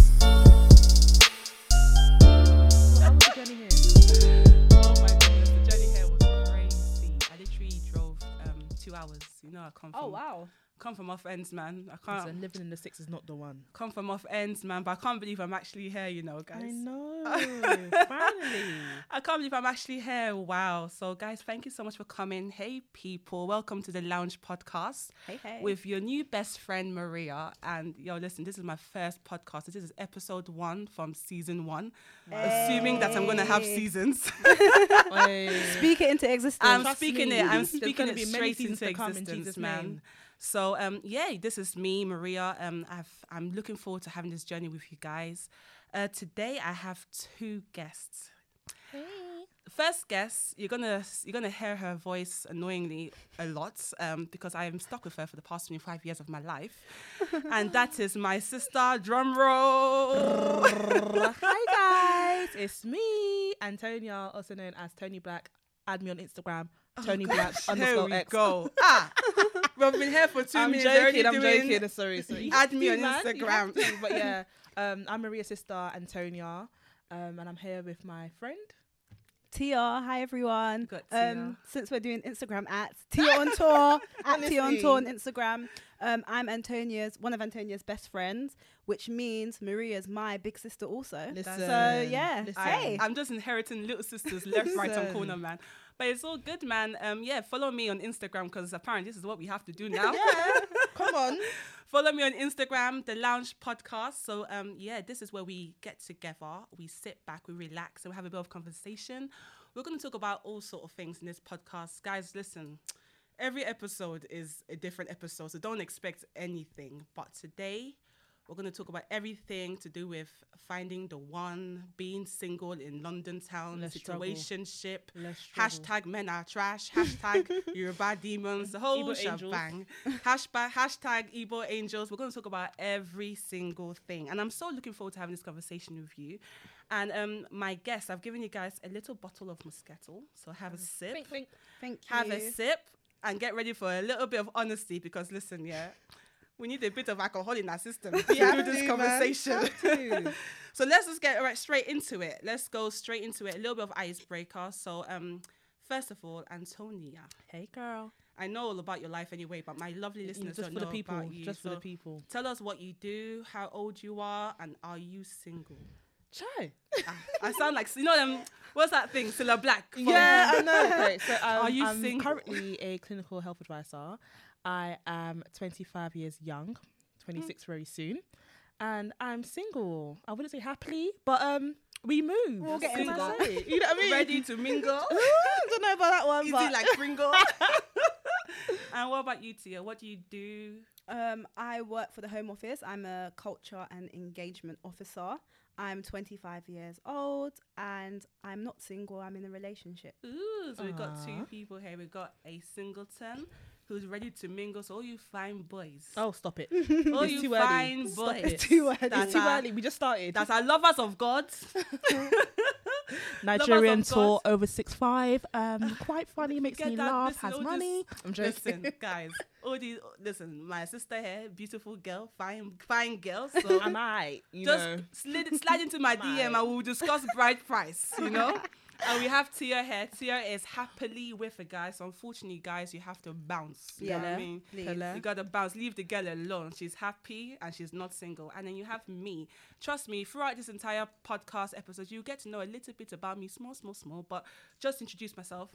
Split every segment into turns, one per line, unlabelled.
Oh um, come from.
Oh wow.
Come from off ends, man. I
So
can't
living in the six is not the one.
come from off ends, man. But I can't believe I'm actually here. You know, guys.
I know. Finally.
I can't believe I'm actually here. Wow. So, guys, thank you so much for coming. Hey, people. Welcome to the Lounge Podcast
Hey hey.
with your new best friend, Maria. And, yo, listen, this is my first podcast. This is episode one from season one, assuming that I'm going to have
Hey.
seasons.
Speak it into existence.
I'm
Trust
speaking
me.
it. I'm
There's
speaking
gonna
it
be many
straight
seasons
into
to come in
existence,
Jesus'
man.
name.
So, um, yeah, this is me, Maria. Um, I've, I'm looking forward to having this journey with you guys. Uh, today, I have two guests. First guest, you're gonna you're gonna hear her voice annoyingly a lot um, because I am stuck with her for the past 25 years of my life, and that is my sister. Drum roll.
Hi guys, it's me, Antonia, also known as Tony Black. Add me on Instagram, Tony Black
Here
underscore
we
X.
go. Ah, we've been here for 2
I'm
minutes. already
joking, I'm
doing-
joking. Sorry, sorry. You
Add
have
me
to,
on
man, you have
Instagram.
to. But yeah, um, I'm Maria's sister, Antonia, um, and I'm here with my friend.
TR. Hi everyone.
Got
Um, since we're doing Instagram ads, TR on tour at TR on tour on Instagram. Um, I'm Antonia's one of Antonia's best friends, which means Maria's my big sister also.
Listen,
So yeah.
listen.
Hey.
I'm just inheriting little sisters left, right, and
Listen.
corner, man. But it's all good, man. Um, yeah, follow me on Instagram because apparently this is what we have to do now.
yeah, come on.
Follow me on Instagram, The Lounge Podcast. So, um, yeah, this is where we get together, we sit back, we relax, and we have a bit of conversation. We're going to talk about all sort of things in this podcast, guys. Listen, every episode is a different episode, so don't expect anything. But today, we're going to talk about everything to do with finding the one, being single in London town,
Let's struggle.
situationship,
Let's struggle.
hashtag men are trash, hashtag Yoruba demons, the whole
Igbo angels.
shebang. Hashtag, hashtag Igbo angels. We're going to talk about every single thing. And I'm so looking forward to having this conversation with you. And um, my guest, I've given you guys a little bottle of Moscato. So have a sip.
Think, think.
Thank you.
Have a sip and get ready for a little bit of honesty because listen, yeah, we need a bit of alcohol in our system to do
have
this
to, man.
conversation.
Have to.
So let's just get right straight into it. Let's go straight into it. A little bit of icebreaker. So um, first of all, Antonia,
Hey girl,
I know all about your life anyway, but my lovely listeners
Mm, just
don't
for the
know
people,
about you.
just for the
So
people.
Tell us what you do, how old you are, and are you single?
Try.
Ah, I sound like you know them. What's that thing? Silla Black. from-
Yeah, I know. Great. So um,
Are you
I'm
single?
currently a clinical health advisor. I am 25 years young,
Mm.
26 very soon, and I'm single. I wouldn't say happily, but um, we move. We'll
get
you know
single.
what I mean?
Ready to mingle?
I don't know about that one,
Easy
but
like Pringle. and what about you, Tia? What do you do?
Um, I work for the Home Office. I'm a culture and engagement officer. I'm 25 years old and I'm not single. I'm in a relationship.
Ooh, so we've got two
Aw.
people here. We've got a singleton who's ready to mingle. So all you fine boys.
oh, stop it.
all
it's
you
too early.
fine
Stop
boys.
it.
It's too early.
That
it's too
are,
early. We just started.
That are lovers of God.
Nigerian
lovers of
tour over six five. Um, quite funny. Makes
Get
me
that-
laugh.
listen,
Has
all this-
money. I'm joking.
Listen, guys. All these, listen, my sister here, beautiful girl, fine, fine girl. So
Am I? You
just
know.
slid, slide into my DM and we'll discuss bride price, you know? and we have Tia here. Tia is happily with a guy. So unfortunately, guys, you have to bounce. You know what I
Hello.
mean?
Please.
Hello.
You gotta bounce. Leave the girl alone. She's happy and she's not single. And then you have me. Trust me, throughout this entire podcast episode, you get to know a little bit about me, small, small, small. But just introduce myself.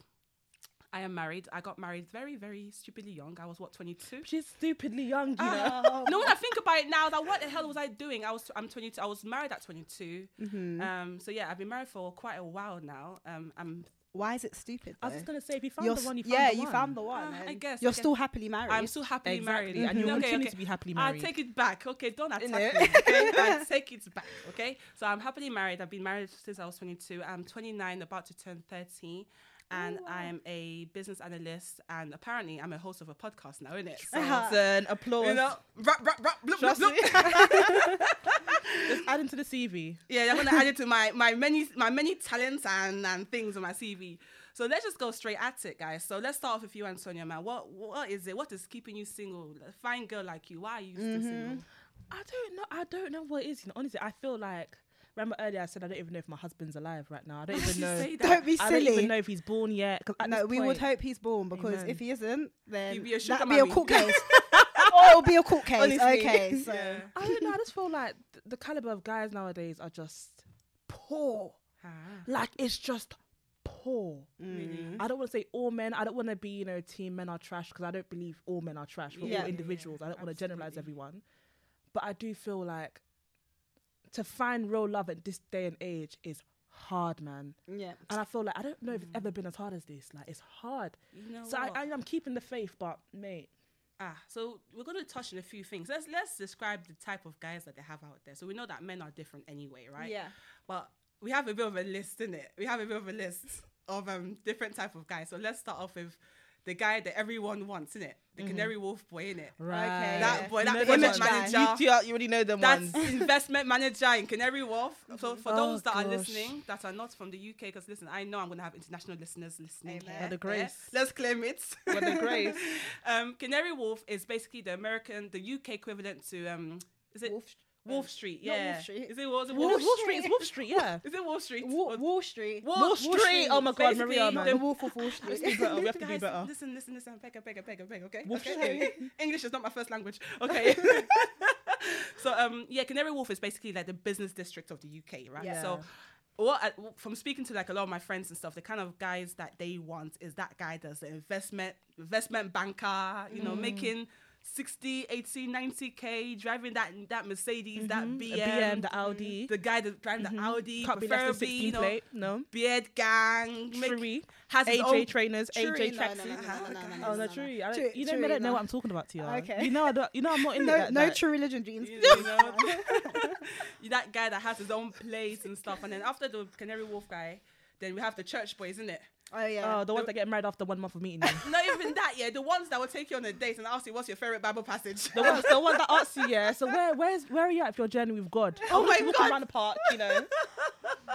I am married. I got married very, very stupidly young. I was what, 22?
She's stupidly young, you
Ah,
know.
no, when I think about it now, that what the hell was I doing? I was I'm 22. I was married at 22.
Mm-hmm.
Um, so yeah, I've been married for quite a while now. Um, I'm
Why is it stupid?
I was just
though?
gonna say, if you found
You're
the
s-
one, you found
yeah,
the
you
one.
found the one. Uh,
Ah, I
and
guess, I
you're
guess.
still happily married.
I'm still happily
Exactly,
married,
and you'll
Okay,
continue
okay.
to be happily
I
married.
take it back. Okay, don't attack
Innit?
me. Okay, I take it back. Okay, so I'm happily married. I've been married since I was 22. I'm 29, about to turn 30.
Oh,
And I'm a business analyst, and apparently I'm a host of a podcast now, isn't it? So,
Listen, applause.
you know, rap, rap, rap, blup, blup,
Trust
blup.
me. Just add into the CV.
Yeah, I'm gonna add it to my my many my many talents and and things on my CV. So let's just go straight at it, guys. So let's start off with you, Antonia, man. What what is it? What is keeping you single? A fine
Mm-hmm.
girl like you, why are you still single?
I don't know. I don't know what it is. You know, honestly, I feel like Remember earlier I said I don't even know if my husband's alive right now. I don't even
You
know.
say that.
Don't be
I don't even
silly.
know if he's born yet. 'cause at
um, No,
this
we would
point-
hope he's born because
Amen.
if he isn't, then
He'd be a sugar
that'd be a
mummy.
court case. oh, it'll be a court case.
Honestly.
Okay, so
Yeah.
I don't know. I just feel like th- the caliber of guys nowadays are just poor.
Ah,
Like it's just poor.
really?
I don't want to say all men. I don't want to be, you know, team men are trash because I don't believe all men are trash. We're
Yeah. Yeah,
all
yeah,
individuals. I don't want to generalize
absolutely.
everyone. But I do feel like to find real love at this day and age is hard, man.
yeah.
And I feel like I don't know if it's ever been as hard as this. Like it's hard.
You know
so I,
what?
I, I'm keeping the faith, but mate,
Ah, so we're going to touch on a few things. Let's let's describe the type of guys that they have out there. So we know that men are different anyway, right?
Yeah.
But we have a bit of a list, in it? We have a bit of a list of um different type of guys. So let's start off with the guy that everyone wants, innit? The canary wolf boy, innit?
Right.
That
Yeah.
boy,
You
that
know
project
those guys.
manager.
You, two- you already know them
That's
ones.
investment manager in Canary Wharf. So for
Oh,
those that are
gosh.
listening that are not from the UK, because listen, I know I'm going to have international listeners listening.
Amen.
here.
By
the
Yeah.
grace.
Let's claim it.
By the grace.
um, Canary Wharf is basically the American, the UK equivalent to um, is it Wolf,
Wolf-
Street?
not Wolf
Yeah.
Street.
Is it was it
Wall,
Wolf,
Wall Street
Street?
is Wall Street, yeah.
Is it Wall Street?
Wall,
Or-
Wall Street.
Wall
Wall
Street.
Street. Oh my God,
Basically,
Maria,
The
man.
Wolf of Wall Street.
do better. We have to do
Guys,
better.
Listen, listen, listen. Beg, beg, beg, beg, okay?
Wolf
okay? English is not my first language. Okay. so, um, yeah, Canary Wharf is basically like the business district of the UK, right?
Yeah.
So, what I, from speaking to like a lot of my friends and stuff, the kind of guys that they want is that guy that's the investment investment banker, you
Mm.
know, making 60, 80, 90 k, driving that that Mercedes, that
Mm-hmm.
A
BM,
BM, the
the,
Audi.
guy that's driving the Audi,
Can't be less than
preferably,
16
you know,
plate. No.
beard gang, make-
True.
has his
AJ
own
trainers,
True,
AJ
no, no, no,
tracksuits.
no, no, no, no,
Oh
no,
no, true. I
no.
don't,
True-
you know,
true,
I don't know
no.
what I'm talking about, Tia.
Okay.
You know, I don't. You know, I'm not in
No,
that.
no
like-
true religion dreams.
you know, that guy that has his own place and stuff. And then after the Canary Wolf guy, then we have the church boys, isn't it?
Oh yeah.
Oh, the ones that get married after one month of meeting you.
Not even that, yeah. The ones that will take you on a date and ask you what's your favorite Bible passage.
The ones, the ones that ask you, yeah. So where, where's, where are you at with your journey with God?
Oh my
walking
God.
around the park, you know.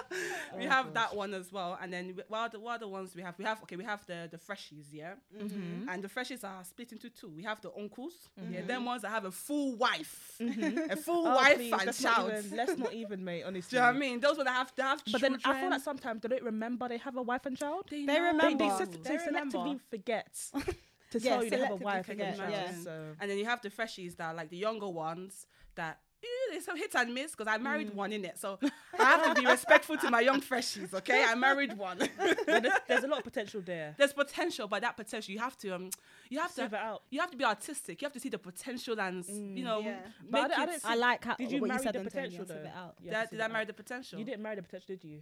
Oh,
we have that one as well. And then w- what are the, what are the ones we have? We have okay, we have the the freshies, yeah.
Mm-hmm.
And the freshies are split into two. We have the uncles, yeah. Them ones that have a full wife, a full
Oh,
wife
please,
and
let's not
child.
even- Let's not even, mate. Honestly.
Do you know what I mean? Those ones that have to have
But then I feel
children.
like sometimes they don't remember they have a wife and child.
they,
they
know.
They,
remember.
they, se- they
They remember.
selectively forget to
Yeah,
tell you they have a
selectively
wife and a
forget,
child.
yeah.
So.
And then you have the freshies that are like the younger ones that "Ew, they're so hit and miss because I married
Mm.
one in it. So I have to be respectful to my young freshies, okay? I married one.
But there's, there's a lot of potential there.
There's potential, but that potential you have to um you have
Sieve it
to
out.
you have to be artistic. You have to see the potential and s- you know
Yeah.
Mm, But I
make
don't- I
it-
don't see-
I like how
Did you
what
marry
you said
the
Antonio,
potential
sieve
though?
it out.
You
did, I-
have to
did
sieve
I
it
marry
out.
the potential?
You didn't marry the potential, did you?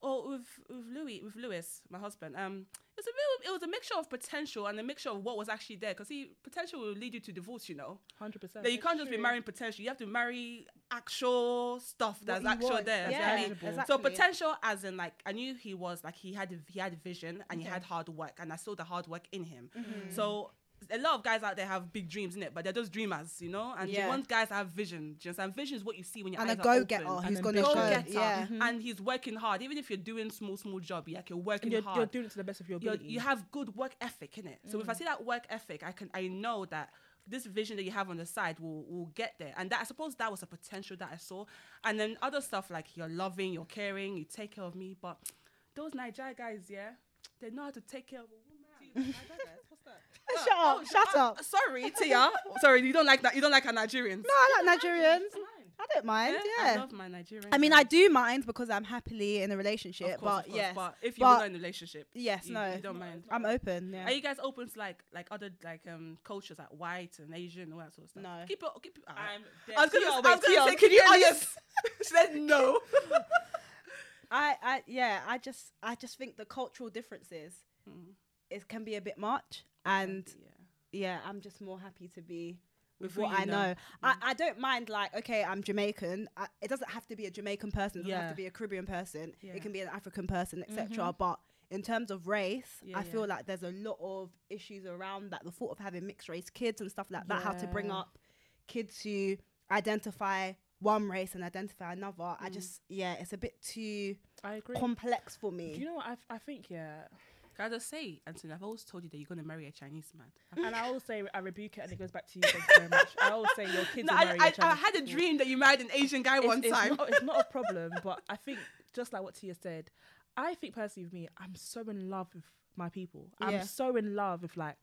Or with with Louis with Lewis, my husband. Um, it's a bit, it was a mixture of potential and a mixture of what was actually there. Because see, potential will lead you to divorce, you know.
Hundred percent.
That you can't just be marrying potential. You have to marry actual stuff that's
you
actual
want,
there.
yeah,
do you know what I mean?
exactly.
So potential, as in like I knew he was like he had he had vision and he had hard work, and I saw the hard work in him.
Mm-hmm.
So a lot of guys out there have big dreams in it, but they're just dreamers, you know. And you
Yeah.
want guys that have vision. Do you understand? Vision is what you see when your
And a
eyes are
go getter
open.
who's
an
gonna
Go
ambition.
show.
getter,
Yeah.
and he's working hard. Even if you're doing small, small job, like you're working
And you're,
hard
you're doing it to the best of your
you're,
ability.
you have good work ethic in it. So if I
Mm.
see that work ethic, I can I know that this vision that you have on the side will will get there. And that I suppose that was a potential that I saw. And then other stuff like you're loving, you're caring, you take care of me. But those Nigeria guys, yeah, they know how to take care of a woman. Uh,
Shut up! Shut up!
Sorry, Tia. Sorry, you don't like that. You don't like our Nigerians.
No, I like Nigerians. I don't mind.
I
Yeah.
love my Nigerian.
I mean, I do mind because I'm happily in a relationship, but yes,
but if
but
you're not in a relationship,
yes,
you,
no,
you don't mind.
I'm open. Yeah.
Are you guys open to like like other like um cultures like white and Asian and all that sort of stuff?
No.
Keep it. Keep it. all right.
I was gonna, I was gonna say, can you
honest? she said no.
I, I, yeah, I just, I just think the cultural differences
Mm,
it can be a bit much, and yeah, I'm just more happy to be with,
who
what
you
I know.
know. Mm.
I, I don't mind like, okay, I'm Jamaican. I, it doesn't have to be a Jamaican person. It doesn't
Yeah.
have to be a Caribbean person.
Yeah. Mm-hmm.
It can be an African person, etc. But in terms of race,
Yeah,
I feel
yeah.
like there's a lot of issues around that. The thought of having mixed race kids and stuff like that. How to bring
Yeah.
up kids who identify one race and identify another.
Mm.
I just, yeah, it's a bit too
I agree.
complex for
Do
me.
you know what I, I think? Yeah,
Can I just say, Anthony, I've always told you that you're going to marry a Chinese man.
And I always say I rebuke it, and it goes back to you. Thank you very much. I always say your kids
No,
are
I,
marrying
I, I
Chinese
had a
people.
dream that you married an Asian guy
It's-
one
it's
time.
Not, it's not a problem, but I think just like what Tia said, I think personally with me, I'm so in love with my people. I'm
Yeah.
so in love with like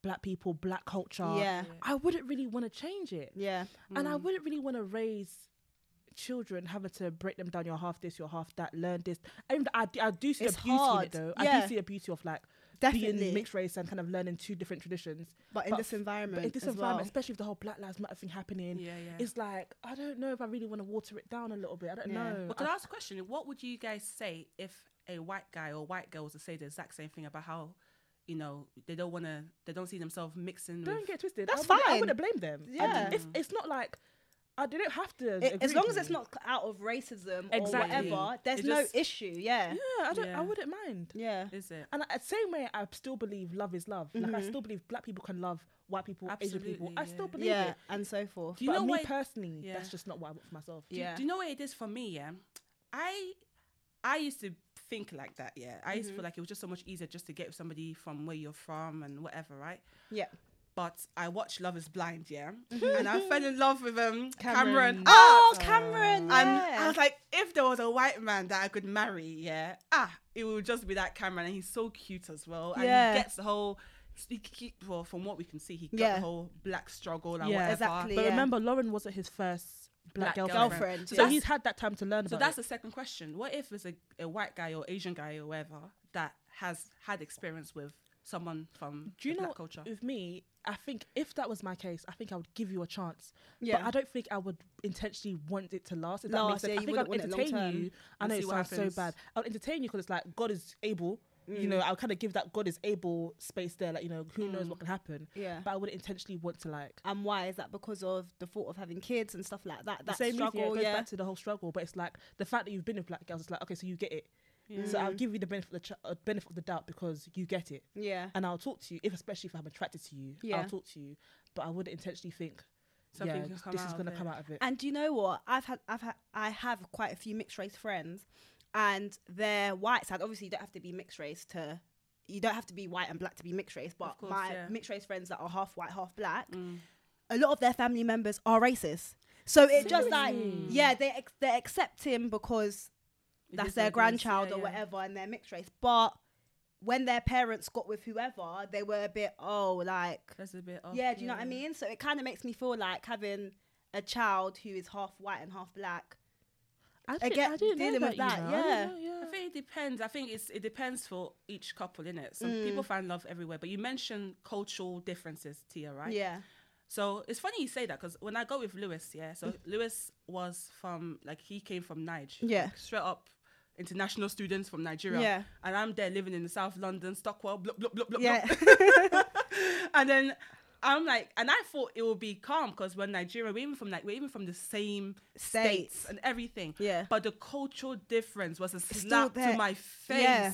black people, black culture.
Yeah.
I wouldn't really want to change it.
Yeah.
And
Mm.
I wouldn't really want to raise children having to break them down. You're half this, you're half that. Learn this. I, mean, I, I do see
It's
the beauty
hard,
in it though. I
yeah.
do see the beauty of like
Definitely.
being mixed race and kind of learning two different traditions.
but in
but
this
f-
environment.
But in this
as
environment,
well.
especially with the whole Black Lives Matter thing happening,
Yeah, yeah.
it's like I don't know if I really want to water it down a little bit. I don't
Yeah.
know.
But can I ask a question? What would you guys say if a white guy or white girl was to say the exact same thing about how, you know, they don't want to, they don't see themselves mixing
I don't
with.
get twisted.
That's
I wouldn't, I
fine.
wouldn't blame them.
Yeah.
I, it's, it's not like I, they don't have to.
It-
agree
as long
with
as it's
me.
not c- out of racism
Exactly.
or whatever, there's
It
no
just-
issue. Yeah.
Yeah, I don't.
Yeah.
I wouldn't mind.
Yeah.
Is it?
And I, same way, I still believe love is love. Like I still believe black people can love white people, Asian people.
Absolutely,
I still
yeah.
believe
Yeah.
it.
And so forth.
Do
you
you but
know
me
why-
personally,
Yeah.
that's just not what I want for myself.
Do you-
Yeah.
Do you know what it is for me? Yeah, I I used to think like that. Yeah, I
Mm-hmm.
used to feel like it was just so much easier just to get with somebody from where you're from and whatever, right?
Yeah.
But I watched Love Is Blind, yeah, and I fell in love with um Cameron.
Cameron.
Mm-hmm. Oh, Cameron.
And
yeah.
I was like, if there was a white man that I could marry, yeah, ah, it would just be that Cameron, and he's so cute as well, and
Yeah.
he gets the whole. He, he- well, from what we can see, he got
Yeah.
the whole black struggle and
Yeah.
whatever.
Exactly.
But
Yeah.
remember, Lauren wasn't his first black,
Black
girlfriend.
girlfriend,
So
yeah.
he's had that time to learn.
So
about
that's
it.
the second question. What if it's a, a white guy or Asian guy or whatever that has had experience with someone from
Do you
the
know?
black culture?
With me, I think if that was my case, I think I would give you a chance. But
Yeah.
I don't think I would intentionally want it to last. If that
Last,
makes sense.
yeah,
I
you
think I'd
wouldn't want it
entertain
long term
you. I
and
know
see
it
what
sounds so
happens.
bad. I'll entertain you because it's like God is able. You know, I'll kind of give that God is able space there. Like you know, who knows what can happen.
Yeah.
But I wouldn't intentionally want to like.
and why is that because of the thought of having kids and stuff like that? That
the same struggle,
struggle,
goes
yeah.
back to the whole struggle, but it's like the fact that you've been with black girls. It's like okay, so you get it. So I'll give you the benefit of the ch- uh, benefit of the doubt because you get it.
yeah.
and I'll talk to you, if especially if I'm attracted to you,
Yeah.
I'll talk to you, but I wouldn't intentionally think, yeah,
Something can come
this
out
is
of
gonna
it.
come out of it.
And do you know what? I've had, I've had, I have quite a few mixed race friends, and their white side. Obviously, you don't have to be mixed race to, you don't have to be white and black to be mixed race. But
course,
my
yeah.
mixed race friends that are half white, half black,
Mm.
a lot of their family members are racist. So it just like, yeah, they ex- they accept him because
It
that's
is what it
their
is,
grandchild
yeah,
or
yeah.
whatever, and they're mixed race. But when their parents got with whoever, they were a bit oh like
That's a bit. Off,
yeah, do you know what I mean? So it kind of makes me feel like having a child who is half white and half black.
I
didn't- again, I didn't know dealing with that, you that, know. I didn't
I think it depends. I think it's it depends for each couple, innit? So
Mm.
people find love everywhere. But you mentioned cultural differences, Tia, right?
Yeah,
So it's funny you say that because when I go with Lewis, yeah. So Lewis was from like he came from Niger.
Mm. Yeah.
Like, straight up international students from Nigeria.
Yeah.
And I'm there living in the South London, Stockwell, blah blah blah blah.
yeah,
and then I'm like, and I thought it would be calm because we're Nigerian, we're even from like we're even from the same states,
States.
and everything.
Yeah.
But the cultural difference was a
still
slap to
there.
my face.
Yeah.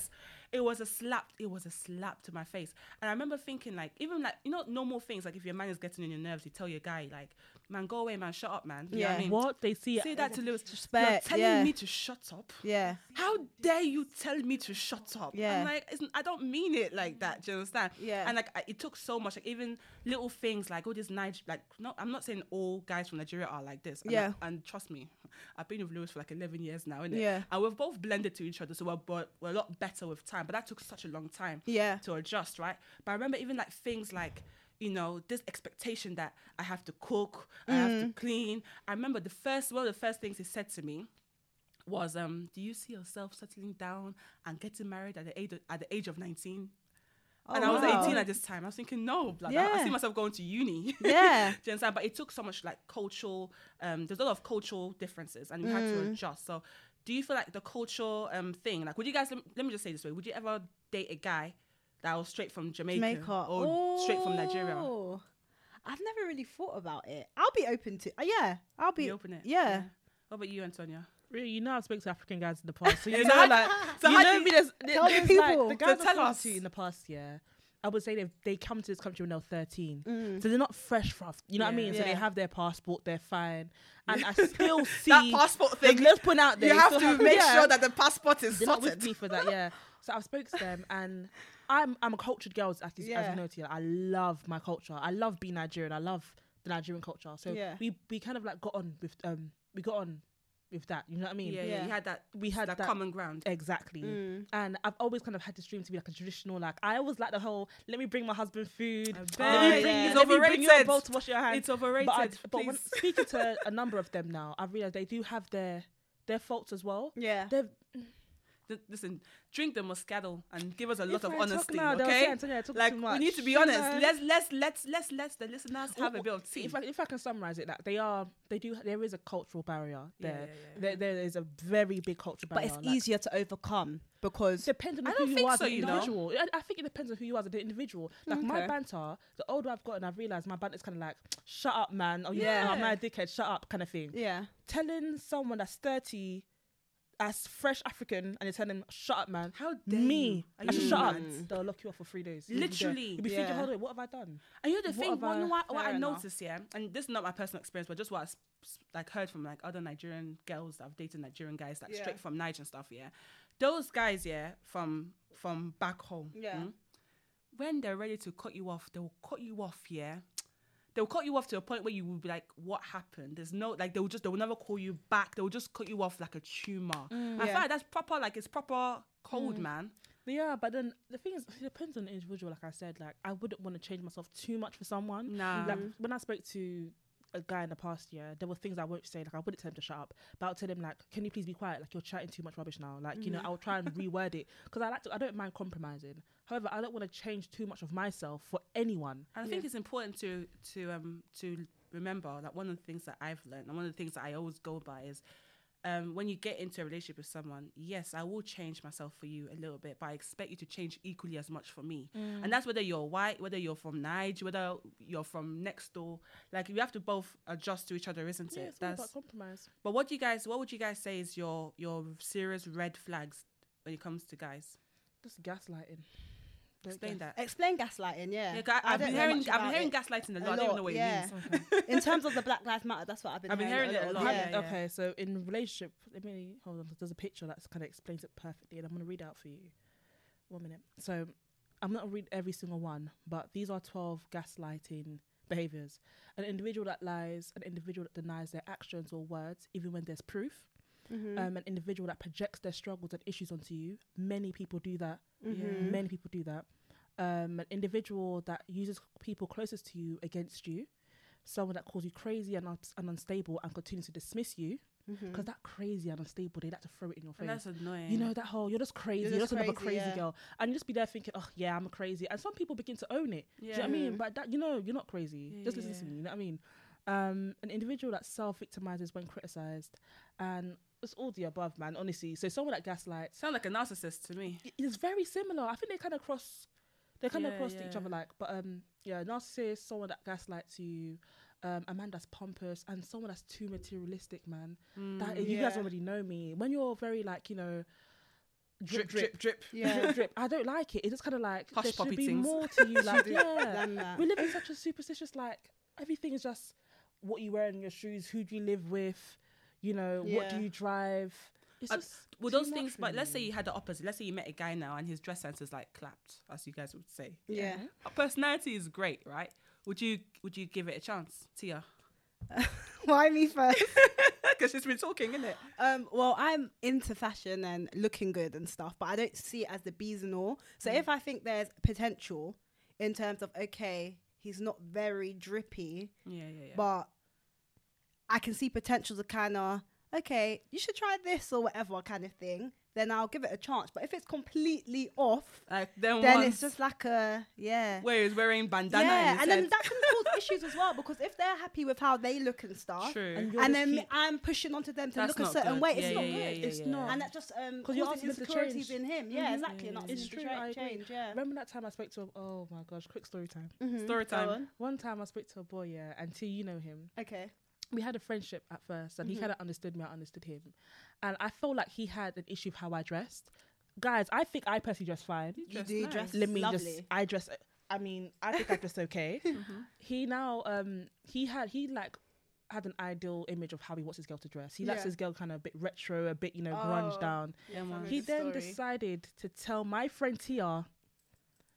It was a slap. It was a slap to my face. And I remember thinking, like, even like you know, normal things like if your man is getting on your nerves, you tell your guy, like, man, go away, man, shut up, man. You know what
Yeah.
I mean?
What they see,
Say that to Lewis.
Disrespect,
You're telling
yeah.
me to shut up.
yeah,
How dare you tell me to shut up?
Yeah.
I'm like, it's, I don't mean it like that. Do you understand?
Yeah.
And like, I, it took so much. Like, even little things like all this Niger, like, no, I'm not saying all guys from Nigeria are like this. And I-
Yeah.
and trust me, I've been with Lewis for like 11 years now, innit?
Yeah.
And we've both blended to each other, so we're, bo- we're a lot better with time. But that took such a long time
Yeah.
to adjust, right? But I remember even like things like, you know, this expectation that I have to cook, I have
Mm.
to clean. I remember the first one of the first things he said to me was, um, "Do you see yourself settling down and getting married at the age of, at the age of 19?" and I was
Oh, wow.
18 at this time. I was thinking, no, blood. I, I
Yeah.
see myself going to uni.
Yeah.
Do you understand? But it took so much like cultural. Um, there's a lot of cultural differences, and we had
Mm.
to adjust. So, do you feel like the cultural um thing? Like, would you guys? Let me, let me just say this way: Would you ever date a guy that was straight from Jamaica,
Jamaica
or straight from
Oh.
Nigeria?
Ooh. I've never really thought about it. I'll be open to. Uh, yeah, I'll be
You open it.
Yeah.
What about you, Antonia?
Really, you know I've spoken to African guys in the past, so you
So how
know,
do-
like,
so
you
how
know me.
do you-
There's,
tell
there's,
the
like,
people.
the
So
guys I've
tell
spoken
us.
to in the past year. I would say they they come to this country when they're 13,
Mm.
so they're not fresh from. You know what I
Yeah.
mean? So they
Yeah.
have their passport, they're fine, and I still see
passport
Let's-
thing.
Let's put it out there.
You
they
have
still
to make
yeah.
sure that the passport is
They're not with
sorted.
me for that, yeah. So I've spoke to them, and I'm I'm a cultured girl, as, you- as
Yeah.
you know, Tia. I love my culture. I love being Nigerian. I love the Nigerian culture. So
Yeah.
we we kind of like got on with um we got on with that. You know what I mean?
yeah, yeah,
Yeah.
you had that.
We had
that,
that-
common ground.
Exactly.
Mm.
And I've always kind of had this dream to be like a traditional, like I always like the whole let me bring my husband food. Let
bet.
me bring,
Yeah.
you
It's
let me bring you a
overrated.
bowl to wash your hands.
It's overrated.
but I, but when
please.
speaking to a number of them now, I've realized they do have their their faults as well.
Yeah.
They've
Th- listen, drink the Moscato and give us a lot
If
of
I talk
honesty,
now, they'll say
okay?
I talk- I talk
like
too
we
much,
need to be
you
honest.
know?
Let's let's let's let's let's the listeners have a bit of tea.
If I, if I can summarize it, that they are, they do, there is a cultural barrier
Yeah,
there.
yeah, yeah.
There, there is a very big cultural
But
barrier.
it's
like,
easier to overcome because
Depending on
I
who
don't
you
think
are as
so,
an
you know.
individual. I, I think it depends on who you are as an individual. Like my
Okay.
banter, the older I've gotten, I've realized my banter's kind of like, shut up, man. Oh, Or, yeah.
Yeah.
I'm not a dickhead, shut up, kind of thing.
yeah,
Telling someone that's 30, as fresh African, and you tell them, shut up, man.
How dare
Me,
you? Are
I
you
should shut up.
mad?
They'll lock you up for three days.
Literally.
you'll be thinking,
Yeah.
hold on, what have I done?
And you know the
What
thing,
have I-
one what, what
fair
I
enough.
noticed, yeah, and this is not my personal experience, but just what I s- s- like heard from like other Nigerian girls that I've dated, Nigerian guys, like
Yeah.
straight from Niger and stuff, yeah. Those guys, yeah, from from back home, hmm?
Yeah.
when they're ready to cut you off, they will cut you off, yeah. They'll cut you off to a point where you will be like, "What happened?" There's no like they will just they will never call you back. They will just cut you off like a tumor. I
yeah.
feel like that's proper like it's proper cold, man.
Yeah, but then the thing is, it depends on the individual. Like I said, like I wouldn't want to change myself too much for someone.
Nah.
Like when I spoke to a guy in the past year, there were things I won't say. Like I wouldn't tell him to shut up, but I'll tell him like, "Can you please be quiet? Like you're chatting too much rubbish now." Like you know, I'll try and reword it because I like to. I don't mind compromising. However, I don't want to change too much of myself for anyone.
And I think it's important to to um to remember that one of the things that I've learned and one of the things that I always go by is um, when you get into a relationship with someone, yes, I will change myself for you a little bit, but I expect you to change equally as much for me.
Mm.
And that's whether you're white, whether you're from Niger, whether you're from next door. Like you have to both adjust to each other, isn't
Yeah,
it?
it's all about compromise.
but what do you guys? What would you guys say is your your serious red flags when it comes to guys?
Just gaslighting. Don't
Explain
gas-
that.
explain gaslighting. Yeah,
Yeah, 'cause I,
Eh, I
have
don't
been
know
hearing
much
I've been
about
hearing
it.
gaslighting a
A
lot. I don't even
lot,
know what
yeah.
it means.
in terms of the Black Lives Matter, that's what I've been.
I've been hearing it a
of.
lot,
Yeah.
yeah.
Okay, so in relationship, let me hold on. There's a picture that kind of explains it perfectly, and I'm gonna read out for you. One minute. So I'm not gonna read every single one, but these are 12 gaslighting behaviors. An individual that lies, an individual that denies their actions or words, even when there's proof.
Mm-hmm.
Um, an individual that projects their struggles and issues onto you. Many people do that.
Mm-hmm.
Many people do that. Um, an individual that uses people closest to you against you. Someone that calls you crazy and, ups and unstable and continues to dismiss you. Because
Mm-hmm. Mm.
that crazy and unstable, they like to throw it in your
And that's
face.
annoying.
You know, that whole, you're just crazy. You're just,
just
another
crazy,
crazy
yeah.
girl. And you just be there thinking, oh, yeah, I'm crazy. And some people begin to own it. Do you know what I mean? But that, you know, you're not crazy.
Yeah,
just listen to
yeah.
me. You know what I mean? Um, an individual that self victimizes when criticized. And it's all the above, man, honestly. So someone that gaslights,
Sound like a narcissist to me.
it- it's very similar. I think they kind of cross, they kind of
Yeah,
cross each
yeah.
other like. But um, yeah, narcissist, someone that gaslights you, um, a man that's pompous, and someone that's too materialistic, man. that you guys
Yeah.
already know me. When you're very like, you know. Drip, drip,
drip, drip.
Yeah.
drip, drip. I don't like it. It's just kind of like
Hush
there should
puppy
be
things.
more to you. Like, yeah,
Done that.
we live in such a superstitious like everything is just what you wear in your shoes, who do you live with, you know, what do
Yeah.
you drive. It's
Uh,
just
Well,
too
those
much
things,
for
but let's
me.
say you had the opposite. Let's say you met a guy now and his dress sense is like clapped, as you guys would say.
Yeah.
Our personality is great, right? Would you would you give it a chance, Tia?
Why me first?
Because she's been talking, isn't it?
Um, well, I'm into fashion and looking good and stuff, but I don't see it as the bees and all.
Mm.
So if I think there's potential in terms of okay, he's not very drippy,
Yeah, yeah, yeah.
but I can see potential to kind of okay, you should try this or whatever kind of thing. Then I'll give it a chance. But if it's completely off,
like then,
then
once,
it's just like a yeah.
where he's wearing bandana.
yeah,
his
and then
head.
that can cause issues as well because if they're happy with how they look and stuff,
true.
And you're just
and then
keep-
I'm pushing onto them to
That's
look a
not
certain
good.
way.
Yeah,
it's not
yeah,
good.
yeah, yeah,
It's
yeah.
not.
And that just um,
'Cause
causes
you're asking them to
insecurities
change.
in him. Yeah,
Mhm.
exactly.
Yeah,
And
yeah,
that's
It's
true.
true. I
Change,
agree.
yeah. Mm-hmm.
Remember that time I spoke to a, oh my gosh, quick story time.
Story
Go
time.
on.
One time I spoke to a boy, yeah, and T, you know him.
Okay.
We had a friendship at first, and he kind of understood me. I understood him, and I felt like he had an issue with how I dressed. Guys, I think I personally dress fine.
You
Just
do
nice.
dress
Let me just.
lovely.
I dress.
Mm-hmm.
I mean, I think I dress okay. He now, um, he had he like had an ideal image of how he wants his girl to dress. He likes
Yeah.
his girl kind of a bit retro, a bit you know grunge
Oh.
down.
Yeah, man.
He
the
then
story.
decided to tell my friend Tia,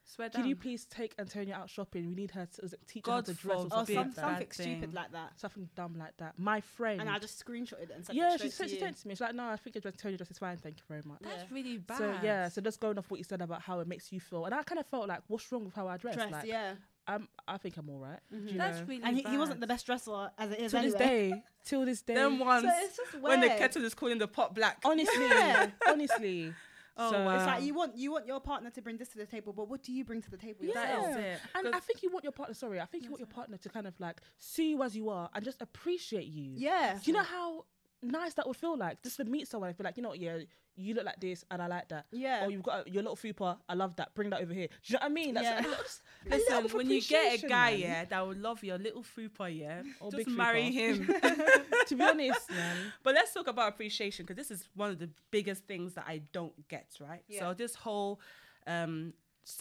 Swear
"Can you
down.
please take Antonia out shopping? We need her to is it teach
God
her how to dress or
forbid.
or
something,
Big
some,
like that.
something
bad
stupid
thing.
like that.
something dumb like that." My friend,
And I just screenshotted it and sent
yeah,
it
she
straight
said she
to you.
sent it to me. She's like, "No, I think your Antonia dress is fine. Thank you very much."
That's
Yeah.
really bad.
So yeah, so just going off what you said about how it makes you feel, and I kind of felt like, "What's wrong with how I dress?"
Dress,
like,
yeah.
I'm, I think I'm all right.
Mhm.
you
that's
know.
really
And he,
bad.
he wasn't the best dresser as it is
Till this
anyway.
day, till this day,
Then once
So it's just
um, when the
weird.
kettle is calling the pot black.
honestly,
Yeah.
honestly.
Oh,
so,
wow.
It's like you want you want your partner to bring this to the table, but what do you bring to the table?
Yeah.
That is
yourself?
it.
And I
'Cause-
think you want your partner. Sorry, I think you want your partner to kind of like see you as you are and just appreciate you.
yeah.
Do you know how nice that would feel like just to meet someone and feel like you know what, yeah, you look like this and I like that.
Yeah.
Or you've got a, your little fupa. I love that. Bring that over here. Do you know what I mean? That's
Yeah.
a lot- a lot
Listen,
of
when you get a
appreciation,
guy,
man.
yeah, that will love your little fupa, yeah,
Or
just
big
marry
fupa.
him.
to be honest, man.
But let's talk about appreciation because this is one of the biggest things that I don't get, right? So this whole um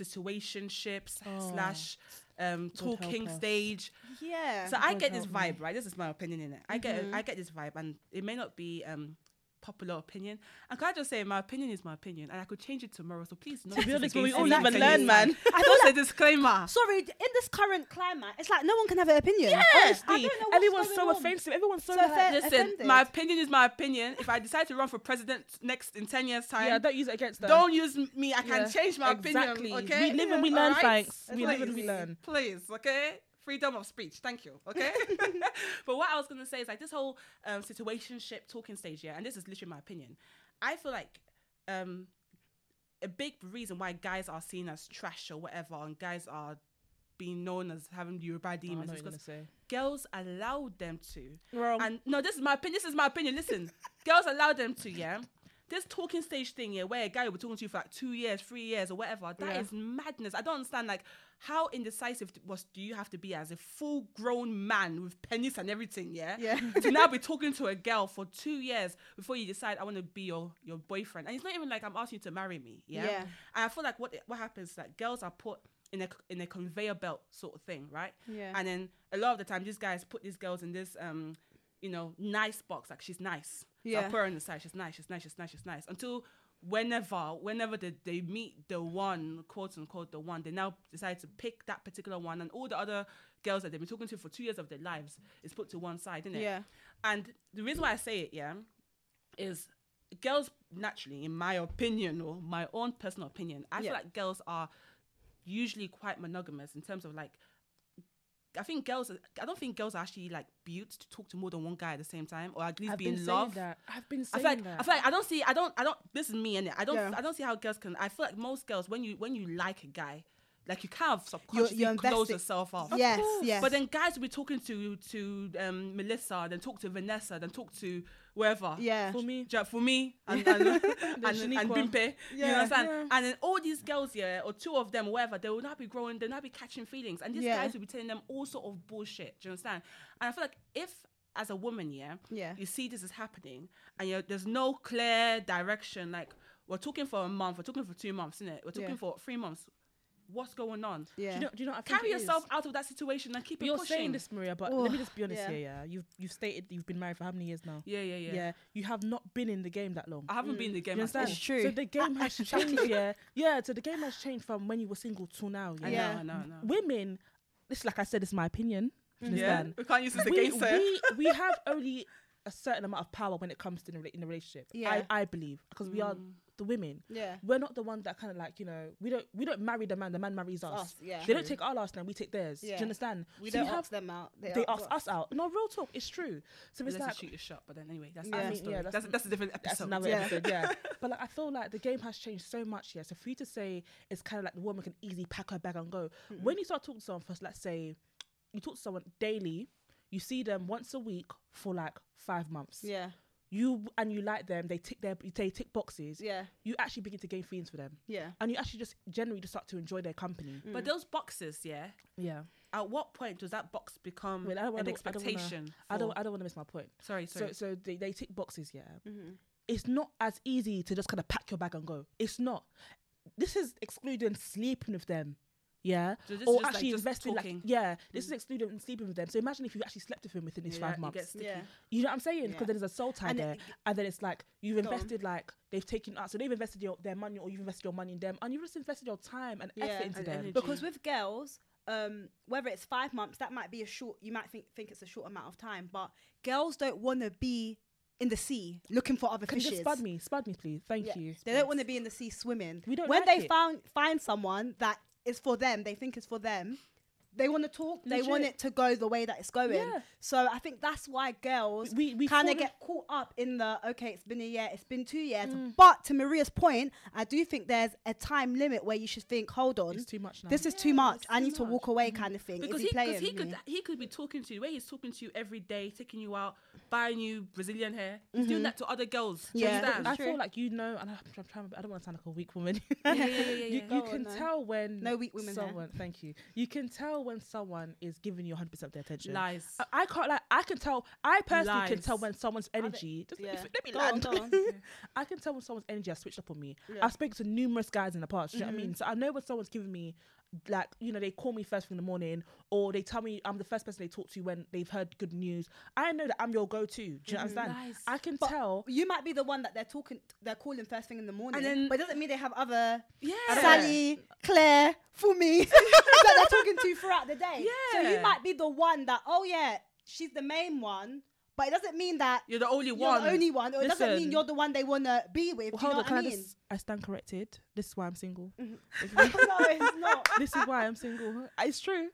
situationships
Oh.
slash um
help
talking
us.
stage.
Yeah.
So I
God
get this
help me. Mm-hmm.
vibe, right? This is my opinion in it. I get I get this vibe and it may not be um popular opinion. And can I just say my opinion is my opinion and I could change it tomorrow. So please no.
To be honest, but we
against
all
anything
live and
that
learn,
you say.
man.
I feel
Just a disclaimer.
Sorry, d- in this current climate, it's like no one can have an opinion. Yeah,
Honestly, everyone's so offensive. Everyone's so,
So
like,
fair-
Listen,
offended.
my opinion is my opinion. If I decide to run for president next in ten years' time,
yeah. Don't use it against them.
Don't use m- me. I can
Yeah,
change my
exactly.
opinion. Okay.
We live and we learn,
Alright?
thanks. We live and we
Please,
learn.
Please, okay. Freedom of speech. Thank you. Okay. but what I was gonna say is like this whole um, situationship talking stage, yeah. And this is literally my opinion. I feel like um, a big reason why guys are seen as trash or whatever, and guys are being known as having
Oh,
Yoruba
I know
demons,
what
is
you're gonna
because
say.
girls allowed them to.
Wrong.
And no, this is my opinion. This is my opinion. Listen, girls allow them to, yeah. This talking stage thing, yeah, where a guy will be talking to you for like two years, three years, or whatever, That is
Yeah.
madness. I don't understand, like, how indecisive was do you have to be as a full grown man with penis and everything, yeah?
Yeah.
to now be talking to a girl for two years before you decide I want to be your, your boyfriend. And it's not even like I'm asking you to marry me, yeah?
Yeah.
And I feel like what what happens is that girls are put in a in a conveyor belt sort of thing, right?
Yeah.
And then a lot of the time, these guys put these girls in this, um, you know, nice box. Like she's nice. So I
Yeah.
put her on the side. She's nice. She's nice. She's nice. She's nice. Until whenever, whenever they, they meet the one, quote unquote, the one, they now decide to pick that particular one, and all the other girls that they've been talking to for two years of their lives is put to one side, isn't it?
Yeah.
And the reason why I say it, yeah, is girls naturally, in my opinion or my own personal opinion, I feel
Yeah.
like girls are usually quite monogamous in terms of like. I think girls. Are, I don't think girls are actually like built to talk to more than one guy at the same time, or at least
I've
be in
been
love.
saying that. I've been
I
saying
feel like
that.
I feel like I don't see I don't I don't this is me and I don't
Yeah.
I don't see how girls can I feel like most girls when you when you like a guy like you kind of
You're-
subconsciously
you're
close
invested-
yourself off.
Yes, yes.
But then guys will be talking to to um, Melissa, then talk to Vanessa, then talk to whoever.
yeah.
for me,
Do you know- For me and and, and, and, and
Shaniqua.
Bimpe, you
Yeah,
understand?
yeah.
And then all these girls here, or two of them, or whatever, they will not be growing, they'll not be catching feelings, and these
Yeah.
guys will be telling them all sort of bullshit. Do you understand? And I feel like if, as a woman, yeah,
Yeah.
you see this is happening, and you're, there's no clear direction. Like we're talking for a month, we're talking for two months, isn't it? We're talking
Yeah.
for three months. What's going on?
Yeah.
do you know? Do you know? what I think
Carry
it is?
yourself out of that situation and keep
You're
it pushing.
saying this, Maria, but let me
Ugh,
just be honest
yeah.
here. Yeah, you've you've stated that you've been married for how many years now?
Yeah, yeah, yeah.
you have not been in the game that long.
I haven't been in the game.
You
at all.
understand?
It's true.
So the game has changed. Yeah, yeah. So the game has changed from when you were single to now. Yeah.
I
Yeah.
know, I know, I know.
Women, this like I said, this is my opinion. Do you
Yeah,
understand?
we can't use this
we,
against her.
we we have only a certain amount of power when it comes to in a, rela- in a relationship.
Yeah. Mm.
I, I believe because we are the women.
Yeah.
We're not the ones that kind of like you know we don't we don't marry the man. The man marries us.
Us, yeah.
They don't take our last name. We take theirs. Do
Yeah.
you understand?
We
So
don't
you have
ask them out. They,
they
ask
asked us out. No, real talk. It's true. So it's
Unless
like
you shoot your shot, but then anyway, that's
Yeah.
another
I mean,
story.
yeah,
that's,
that's-
that's, a different
that's
episode.
another
Yeah.
episode. Yeah, but like I feel like the game has changed so much. Yeah, so for you to say it's kind of like the woman can easily pack her bag and go. When you start talking to someone first, let's say you talk to someone daily, you see them once a week for like five months.
Yeah.
You and you like them. They tick their they tick boxes.
Yeah.
You actually begin to gain feelings for them,
Yeah.
and you actually just generally just start to enjoy their company.
But those boxes, yeah.
Yeah.
At what point does that box become
I mean, I don't,
an
I don't, I
expectation?
don't.
for-
wanna- I don't, I don't want to miss my point.
sorry,
So,
sorry.
so they, they tick boxes, yeah.
Mm-hmm.
It's not as easy to just kind of pack your bag and go. It's not. This is excluding sleeping with them. yeah,
So this
or
is just, like,
actually
just
invested, like,
talking.
yeah, this is excluding and sleeping with them. So imagine if you actually slept with him within these
Yeah,
five
it
months.
gets sticky.
Mm. Yeah.
You know what I'm saying? Because
Yeah.
then there's a soul tie
And it-
there, and then it's like you've
Go on.
invested, like they've taken out, so they've invested your, their money, or you've invested your money in them, and you've just invested your time and
Yeah,
effort into
and
them.
energy.
because with girls um whether it's five months that might be a short you might think think it's a short amount of time but girls don't want to be in the sea looking for other
Can you
fishes
just spud me, spud me, please? Thank
Yeah.
you.
they don't want to be in the sea swimming
We don't
when
like
they
it.
found find someone that is for them they think is for them they want to talk they want
Legit.
it to go the way that it's going
Yeah.
so i think that's why girls
We we
kind
fall
of
in-
get caught up in the okay it's been a year it's been two years
Mm.
but to maria's point i do think there's a time limit where you should think hold on
It's too much now.
this is too
Yeah,
much
it's
i
too
need to
much.
walk away kind of thing
because
is he,
he, 'cause
playing
he could
me?
he could be talking to you the way he's talking to you every day taking you out buying you brazilian hair he's
Mm-hmm.
doing that to other girls Do you
Yeah.
understand?
I
It's true.
feel like you know, and I'm, I'm trying. I don't want to sound like a weak woman.
yeah, yeah, yeah,
you
yeah.
you
Go on
can
then.
tell when
No weak women here.
Someone, thank you. You can tell when someone is giving you 100 percent of their attention.
lies Uh,
I, I can't like. I can tell. I personally can
Lies.
tell when someone's
they-
energy. Just let me-
yeah.
let me
Go on,
land.
go on.
I can tell when someone's energy has switched up on me.
Yeah. Mm-hmm.
I've spoken to numerous guys in the past. do You know what I mean? So I know when someone's giving me, like, you know, they call me first thing in the morning, or they tell me I'm the first person they talk to when they've heard good news. I know that I'm your go-to. Do you understand?
Lies.
I can
Mm-hmm. But
tell.
you might be the one that they're talking they're calling first thing in the morning
then-
but it doesn't mean they have other
yeah
Sally, Claire, Fumi that they're talking to throughout the day. So you
Yeah.
might be the one that, oh yeah, she's the main one, but it doesn't mean that
you're the only
you're
one
the only one, or it doesn't mean
Listen.
you're the one they want to be with.
Well,
Do
hold
you
on,
know what
can
I
I,
mean?
just? I stand corrected. This is why I'm single.
no, it's not.
this is why I'm single. It's true,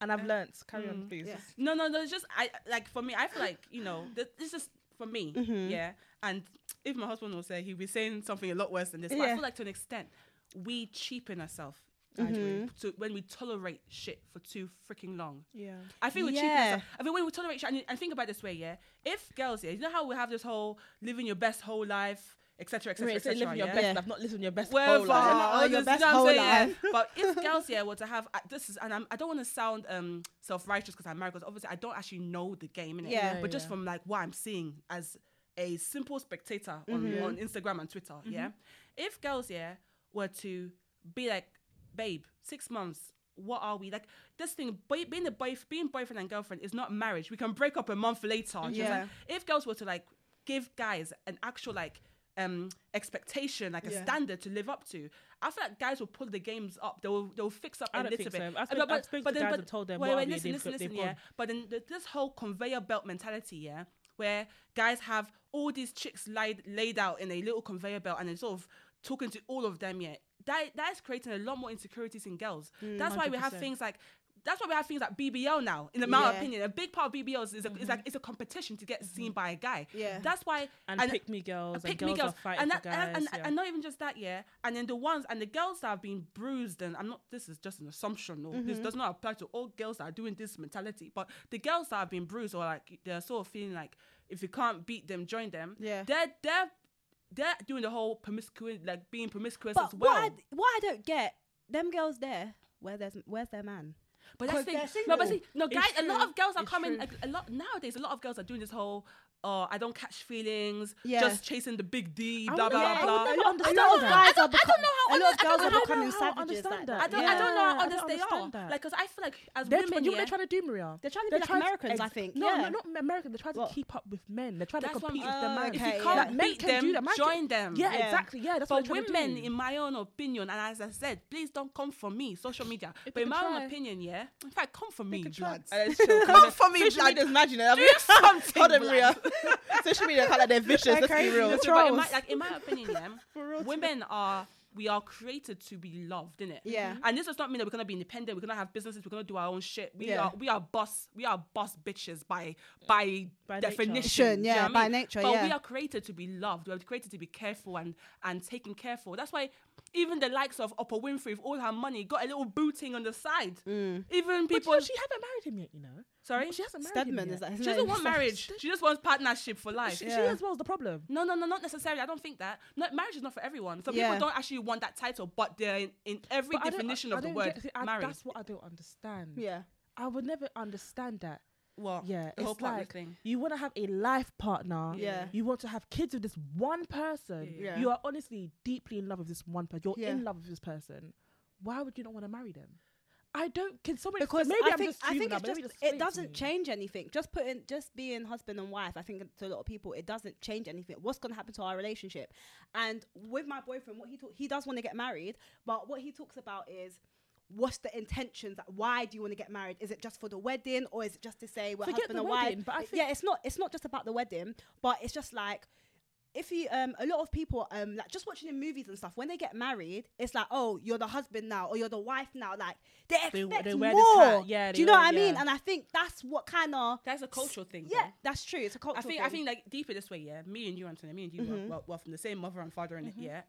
and I've learnt. Carry on, please.
Yeah.
No, no, no. It's just I like for me. I feel like you know th- this is for me.
Mm-hmm.
Mm-hmm.
Yeah, and if my husband was there, he'd be saying something a lot worse than this. But I
Yeah.
feel like to an extent, we cheapen ourselves. To, when we tolerate shit for too freaking long,
Yeah.
I think we're
Yeah.
cheapening. I mean, when we tolerate shit, and, and think about it this way, yeah. If girls, yeah, you know how we have this whole living your best whole life, etc., etc.,
Right, so
etc.
living your
yeah?
best
Yeah.
life, not living your best
Whatever.
whole life.
Oh, your
you
best
know what I'm
whole
saying?
life.
But if girls here were to have I this is, and I'm, I don't want to sound um self righteous because I'm married, because obviously I don't actually know the game in it.
Yeah. Yeah,
But just
yeah.
from like what I'm seeing as a simple spectator on,
Mm-hmm.
on Instagram and Twitter, yeah. If girls here were to be like, babe, six months. What are we like? This thing, boy, being a boy, being boyfriend and girlfriend is not marriage. We can break up a month later. do you
Yeah.
understand? if girls were to like give guys an actual like um expectation like a standard to live up to i feel like guys will pull the games up they'll they'll fix up
I
a
don't
little
think
bit Uh,
so. I've spoke- I've spoken to guys and told them
wait,
what
wait,
I've been,
listen
they've
listen
got-
listen
they've
yeah
gone.
but then the, this whole conveyor belt mentality yeah where guys have all these chicks laid laid out in a little conveyor belt and they're sort of talking to all of them yeah that that's creating a lot more insecurities in girls
Mm,
that's why we have
100%.
things like that's why we have things like BBL now. In my
Yeah.
opinion, a big part of BBL is, is, a,
Mm-hmm.
is like it's a competition to get seen by a guy.
Yeah.
that's why
And pick me girls, and girls are fighting
and,
for
that- and- and,
guys, yeah.
and not even just that, yeah. And then the ones and the girls that have been bruised, and I'm not. This is just an assumption. Or
Mm-hmm.
This does not apply to all girls that are doing this mentality. But the girls that have been bruised, or like they're sort of feeling like if you can't beat them, join them.
Yeah.
they're they're they're doing the whole promiscuous, like being promiscuous
But
as well.
what, I, what I don't get, them girls there, where there's where's their man?
But that's
'Cause
the
they're
thing. No, but see,
single.
no,
It's
guys. A lot
true.
of girls are
It's
coming.
true.
A, a lot nowadays. A lot of girls are doing this whole. Oh, I don't catch feelings.
Yeah.
Just chasing the big D.
I
Blah
would
blah
never- I
blah.
would never
A lot-
understand
a lot of
that.
guys
I don't-
are
I don't know how
becom- a
honest-
lot of
I don't
girls are
know
becoming
how
savages
understand
like
that.
that.
I don't, I
Yeah.
don't know how
I don't
honest they are.
understand that.
Like, cause I feel like as
They're tr- you
women,
know what
yeah,
they're trying to do, Maria?
They're trying to be like
trying
Americans, I think,
No,
yeah.
no, not Americans. They're trying
What?
to keep up with men. They're trying
That's
to
what
compete with
I'm-
their
Oh,
man.
okay,
if you can't
Like,
men
beat
can do
them,
that, man can-
join them.
Yeah,
Yeah.
exactly. Yeah, that's
But
what they're trying
women,
to do.
in my own opinion, and as I said, please don't come for me, social media. but in
could
my own
try.
opinion, yeah. In fact, come for me, lads.
And it's chill. Come for me,
Social
blood.
media's mad, you know.
Do something, Hold on, Maria. Social media, kind like they're vicious. Let's
Okay.
be real.
Let's
So, but in my,
Trolls.
like in my opinion, yeah, women are we are created to be loved, innit? Mm-hmm.
Yeah.
And this does not mean that we're gonna be independent. We're gonna have businesses. We're gonna do our own shit. We
Yeah.
are we are boss. We are boss bitches by by,
By nature.
definition. do you know
Yeah,
what I
by
mean?
nature,
But we
yeah.
are created to be loved. We're created to be careful and and taken care for. That's why even the likes of Oprah Winfrey, with all her money, got a little booting on the side.
Mm.
Even
But you
people.
know, she hasn't married him yet, you know.
Sorry?
She hasn't married him
Stedman
yet.
is that his
she
name?
doesn't want marriage. She just wants partnership for life.
She,
Yeah.
she as well is the problem.
No, no, no, not necessarily. I don't think that. No, marriage is not for everyone. Some
Yeah.
people don't actually want that title, but they're in, in every
But I don't-
definition
I
of the
don't
word
get- see, I-
married.
That's what I don't understand.
Yeah. Oh,
I would never understand that.
What?
Yeah,
the whole
it's
partner
like
thing.
you want to have a life partner.
Yeah.
you want to have kids with this one person.
Yeah.
you are honestly deeply in love with this one person. You're
Yeah.
in love with this person. Why would you not want to marry them? I don't. Can somebody?
because
maybe
I
I'm
think
just
I
dreaming
think
now,
it's
maybe
just,
it's
it
fake.
doesn't change anything. Just putting just being husband and wife. I think to a lot of people it doesn't change anything. What's gonna happen to our relationship? And with my boyfriend, what he talk, he does want to get married, but what he talks about is. What's the intentions? Like, why do you want to get married? Is it just for the wedding, or is it just to say we're
Forget
husband
the
and
wedding,
wife?
but I
It-
think-
yeah, it's not. It's not just about the wedding, but it's just like if you um a lot of people um like just watching in movies and stuff when they get married it's like oh you're the husband now or you're the wife now like they
They-
expect
they wear this
more
hat. Yeah,
do
they
you know
wear-
what I mean
yeah.
and I think that's what kind of
That's a cultural thing.
yeah
though.
that's true it's a cultural
I think
thing. Mm-hmm.
I think like deeper this way, yeah. Me and you, Antonia, me and you were, were, were from the same mother and father, and yeah,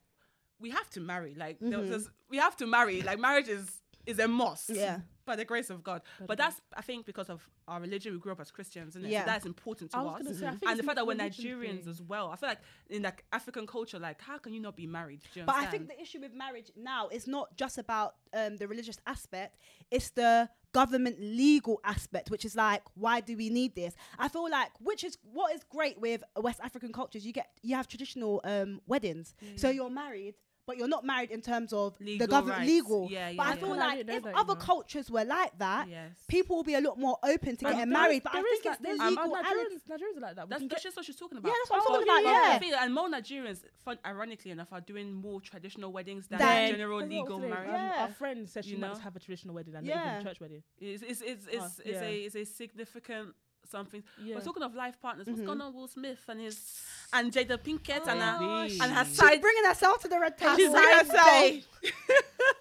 we have to marry. Like there
Mm-hmm.
was this- we have to marry. Like marriage is is a must.
Yeah.
By the grace of God, but that's I think because of our religion, we grew up as Christians, and
Yeah.
so that's important to
I was
us.
gonna say, I think
and
it's
the fact that we're
a religion
Nigerians
thing.
as well, I feel like in like African culture, like how can you not be married? Do you
but I
understand?
think the issue with marriage now is not just about um the religious aspect it's the government legal aspect which is like why do we need this I feel like which is what is great with West African cultures you get you have traditional um weddings so you're married but you're not married in terms of
Legal
the government
rights.
legal
Yeah,
but
yeah,
I feel
yeah. I
like
didn't know
if
that, you
other
know.
cultures were like that
Yes.
people will be a lot more open to
But
getting
there
married
is-
but I
there is
think
that-
it's the
there's-
legal
Nigerians, Nigerians are like that. We
That's,
can
that's
get-
just what she's talking about.
that's what I'm
But
talking about,
the
yeah.
thing- and more Nigerians, fun, ironically enough, are doing more traditional weddings than
Than-
general
That's what I was
legal
saying.
marriage.
Um, Our
Yeah.
friend said she
You
might
know?
just have a traditional wedding and not even
Yeah.
a church wedding.
It's it's it's
Oh,
it's, it's
yeah.
a it's a significant something.
Yeah.
We're talking of life partners.
Mm-hmm.
What's going on with Will Smith and his and Jada Pinkett
Oh,
and her
Indeed.
and her
She's
side
bringing herself to the red table
she's side day.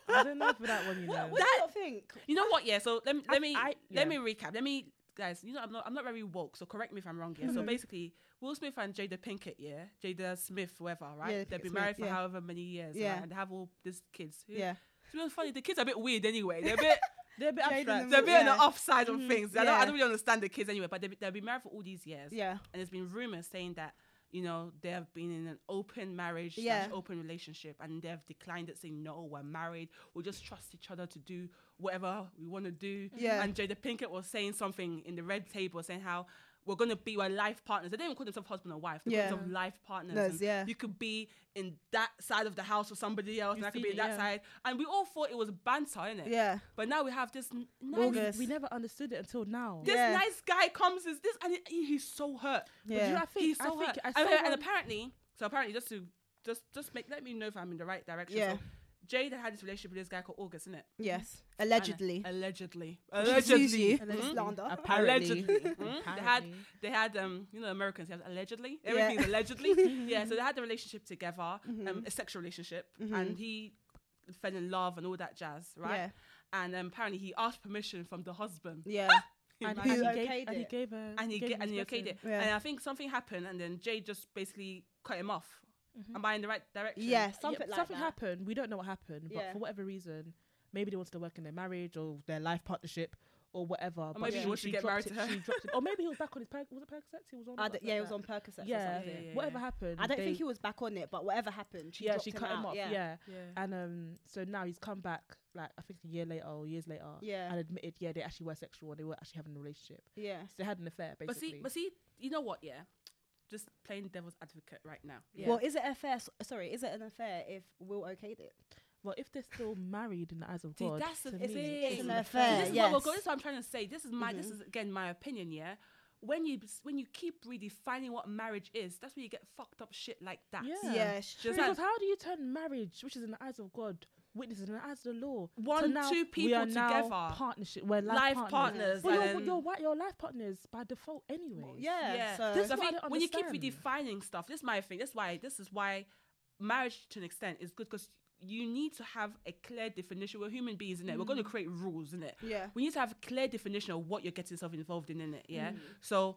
I don't know for that one, you know.
what do you think
You know what? Yeah. So let me let me
I-
let
yeah.
me recap. Let me guys. You know I'm not I'm not very woke. So correct me if I'm wrong. Yeah. So
Mm-hmm.
basically, Will Smith and Jada Pinkett. Yeah. Jada Smith, whoever. Right.
Yeah,
They've
Pinkett
been
Smith,
married for
yeah.
however many years. Yeah.
Yeah.
And they have all these kids. Who-
yeah
It's really funny. The kids are a bit weird anyway. They're a bit.
They're a bit
Shade in the
abstract.
They're a bit on the
Yeah. Mm,
offside of things. I, don't, I
yeah.
don't really understand the kids anyway, but they've, they've been married for all these years.
yeah
and there's been rumors saying that you know they have been in an open marriage
Yeah.
slash open relationship and they've declined it saying no we're married we'll just trust each other to do whatever we want to do
Yeah.
and jada pinkett was saying something in the red table saying how we're gonna be we're life partners. They don't even call themselves husband and wife. They
Yeah.
call themselves life partners.
Yes,
and
yeah.
You could be in that side of the house with somebody else, and
You've
I
seen
could be
it,
in that
yeah.
side. And we all thought it was banter, innit?
yeah
But now we have this n- nice,
Well, we-
August.
We never understood it until now.
this
Yeah.
nice guy comes. Is this and he- he's so hurt.
But do you know, I think,
He's so
I think
hurt.
I
Oh,
saw
yeah, and
one-
apparently, so apparently, just to just just make let me know if I'm in the right direction.
Yeah.
So Jade had this relationship with this guy called August, isn't it?
Yes, allegedly.
Allegedly.
Which is
Allegedly.
usually
Mhm.
slander.
Apparently.
Mhm. They had
Apparently.
they had um you know Americans they have allegedly
Yeah.
everything's allegedly yeah so they had a relationship together
Mm-hmm.
um, a sexual relationship and he fell in love and all that jazz right
Yeah.
and um, apparently he asked permission from the husband
Yeah,
And,
Who
and, he
okayed
gave, and he
it?
gave her.
and he
gave
get,
her
and he
his
okayed
blessing.
it.
Yeah.
And I think something happened, and then Jade just basically cut him off.
Mm-hmm.
Am I in the right direction?
yeah,
Yeah,
something like
something
that.
happened. We don't know what happened, but
Yeah.
for whatever reason, maybe they wanted to work in their marriage or their life partnership or whatever. Or
maybe he wants to get married to her.
She dropped it. Or maybe he was back on his per- was it Percocets he was on. or
I d-
something
yeah,
like
it was
that?
on Percocet.
Yeah,
or something.
yeah, yeah.
whatever happened.
I don't
they-
think he was back on it, but whatever happened, she
yeah,
dropped
she
him
cut
out.
him off.
Yeah,
Yeah.
Yeah.
and um, so now he's come back like I think a year later or years later,
Yeah.
and admitted yeah they actually were sexual and they were actually having a relationship.
yeah.
So they had an affair
But
basically.
see, but see, you know what? Yeah, just playing devil's advocate right now. Yeah.
Well, is it a fair? s- Sorry, is it an affair if Will okayed it?
well, if they're still married in the eyes of
See,
God,
that's the
to
thing.
me,
It's an
an
affair,
this is
yeah.
what we're
yes.
going. This is what I'm trying to say. This is my.
Mm-hmm.
This is again my opinion. Yeah. When you when you keep redefining what marriage is, that's when you get fucked up shit like that.
Yeah.
Yeah, it's true.
Just
Because
like
how do you turn marriage, which is in the eyes of God, witnesses in the eyes of the law, to
One,
now
two
we
people
are
together.
now partnership, we're life,
life partners.
Well,
and
you're,
then-
you're, wi- you're life partners by default anyway.
yeah,
yeah.
So
This
So I
is what I
think
don't
when you keep
understand.
redefining stuff, this is my thing. This is why this is why marriage to an extent is good because you need to have a clear definition. We're human beings, innit? We're going to
Mm.
create rules, innit?
Yeah.
We need to have a clear definition of what you're getting yourself involved in, innit? Yeah.
Mm.
Mm.
So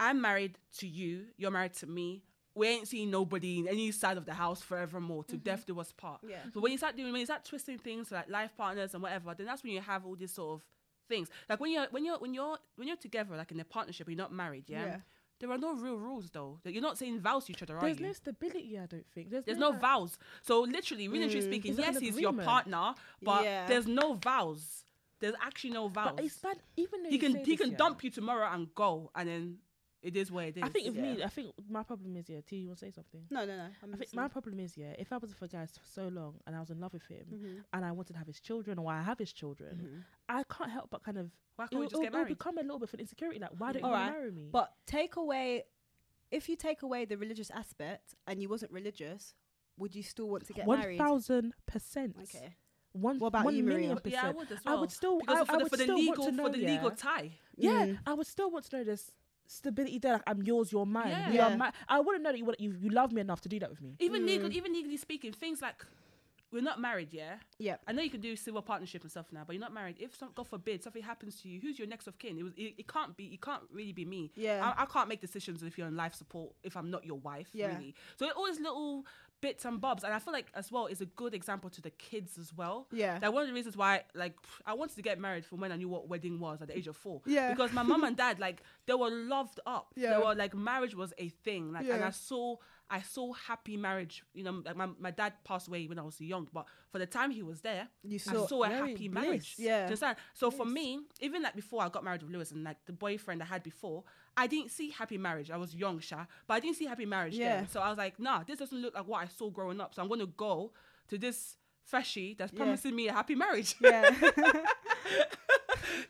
I'm married to you. You're married to me. We ain't seeing nobody in any side of the house forevermore
Mm-hmm.
to death do us part.
Yeah.
So when you start doing, when you start twisting things like life partners and whatever, then that's when you have all these sort of things. Like when you're when you're when you're when you're together, like in a partnership, you're not married, yeah.
Yeah.
There are no real rules though. That You're not saying vows to each other, are
There's
you?
no stability, I don't think. There's,
there's no
like-
vows. So literally, really literally speaking,
Mm. It's like an
yes, he's your
agreement.
partner, but
Yeah.
there's no vows. There's actually no vows.
But it's bad, even though
he
you
can
say
he
this,
can
yeah,
dump you tomorrow and go, and then It is what it is.
I think
it's-
with me,
yeah.
I think my problem is yeah. T, you want to say something?
No, no, no. I'm
I think my
listening.
problem is yeah. If I was with a guy s- for so long and I was in love with him
Mhm.
and I wanted to have his children or I have his children,
Mm-hmm.
I can't help but kind of
Why
it
can't Mm-hmm. we
will-
just
it'll,
get
it'll
married?
become a little bit of an insecurity. Like, why don't you
Alright,
marry me?
But take away, if you take away the religious aspect and you wasn't religious, would you still want to get
one
married?
thousand percent.
Okay.
One.
What about
one
you, Maria?
million
yeah, I
percent.
would as
I
well.
would still.
because
I,
for
I
the,
would
for the
still
legal
want to know,
for the
yeah.
legal tie.
Yeah,
Mm.
I would still want to know this stability there. Like I'm yours, you're mine.
Yeah.
You
Yeah.
are my, I wouldn't know that you, want- you you love me enough to do that with me.
Even legal, even legally speaking, things like we're not married, yeah.
Yep.
I know you can do civil partnership and stuff now, but you're not married. If some, God forbid something happens to you, who's your next of kin? It was it, it can't be it can't really be me.
Yeah.
I, I can't make decisions if you're on life support if I'm not your wife.
Yeah.
Really. So it always little bits and bobs, and I feel like as well is a good example to the kids as well.
Yeah.
That one of the reasons why like I wanted to get married from when I knew what wedding was at the age of four.
Yeah.
Because my mum and dad like they were loved up.
Yeah.
They were like marriage was a thing. Like and
Yeah.
I saw I saw happy marriage. You know, like my, my dad passed away when I was young, but for the time he was there,
You
I
saw-
saw a
Very
happy
bliss.
marriage.
Yeah.
Do you understand? So for me, even like before I got married with Lewis and like the boyfriend I had before, I didn't see happy marriage. I was young, Sha, but I didn't see happy marriage yeah.
Yeah.
So I was like, nah, this doesn't look like what I saw growing up. So I'm gonna go to this freshie that's
Yeah.
promising me a happy marriage.
yeah.
Do you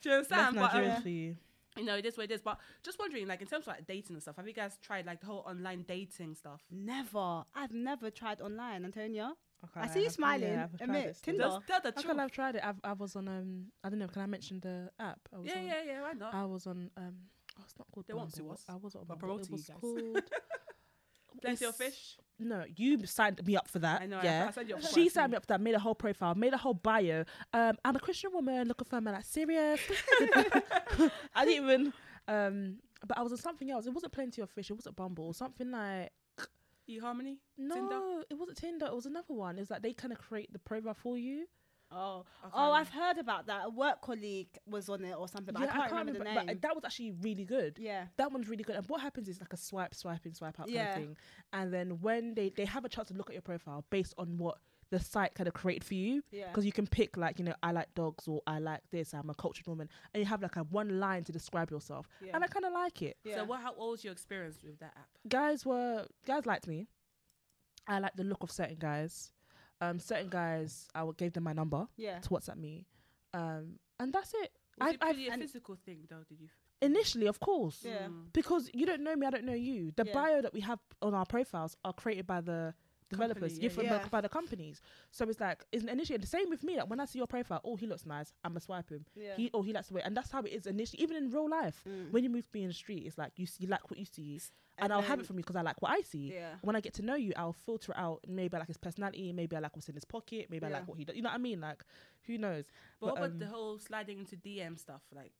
That's
understand? But, um,
Nigerian for you.
you know, it is what it is. But just wondering, like in terms of like dating and stuff, have you guys tried like the whole online dating stuff?
never. I've never tried online, Antonia.
Okay,
I see
have-
you
yeah,
smiling.
I've tried
Admit,
it still.
Tinder.
Just tell the
How
truth.
can I've tried it? I've, I was on um I don't know. Can I mention the app? I was
Yeah,
on,
yeah, yeah. Why not?
I was on um. Oh, it's not called.
They won't sue
Bumble.
us.
I was on.
We're
Bumble. It
promoting you
was
guys.
called.
Plenty of
it's-
fish.
No, you signed me up for that.
I know. I-
Yeah.
I signed you up for
she
it.
signed me up for that. Made a whole profile. Made a whole bio. Um, I'm a Christian woman looking for a man that's serious. I didn't even. Um, but I was on something else. It wasn't plenty of fish. It wasn't Bumble. Something like
eHarmony.
no, it wasn't Tinder. It was another one. It was like they kind of create the profile for you.
Oh,
I can't
oh, I've
remember.
heard about that. A work colleague was on it or something, but I, can't remember, the name.
But that was actually really good.
yeah,
That one's really good. And what happens is like a swipe, swiping, swipe out
Yeah.
kind of thing. And then when they they have a chance to look at your profile based on what the site kind of created for you.
yeah,
because you can pick like you know i like dogs or i like this i'm a cultured woman and you have like a one line to describe yourself
yeah.
and i kind of like it
yeah.
So what? How what was your experience with that app?
guys were guys liked me i liked the look of certain guys um certain guys i would gave them my number
yeah.
to whatsapp me um and that's it
Was
I've-
it purely
I've-
a
and-
physical thing though? Did you?
initially of course
Yeah.
Mm.
because you don't know me i don't know you the
Yeah.
bio that we have on our profiles are created by the developers
Company,
yeah,
yeah,
from
yeah.
the- by the companies so it's like it's initially the same with me like when i see your profile oh he looks nice i'm a swipe him
yeah.
he oh he likes the way and that's how it is initially even in real life
Mm.
when you move to me in the street it's like you see you like what you see and,
And
i'll have
then-
it from you because i like what i see
yeah,
when i get to know you i'll filter out maybe I like his personality maybe i like what's in his pocket maybe i
Yeah.
like what he does you know what i mean like who knows
But, what about
um,
the whole sliding into DM stuff? Like,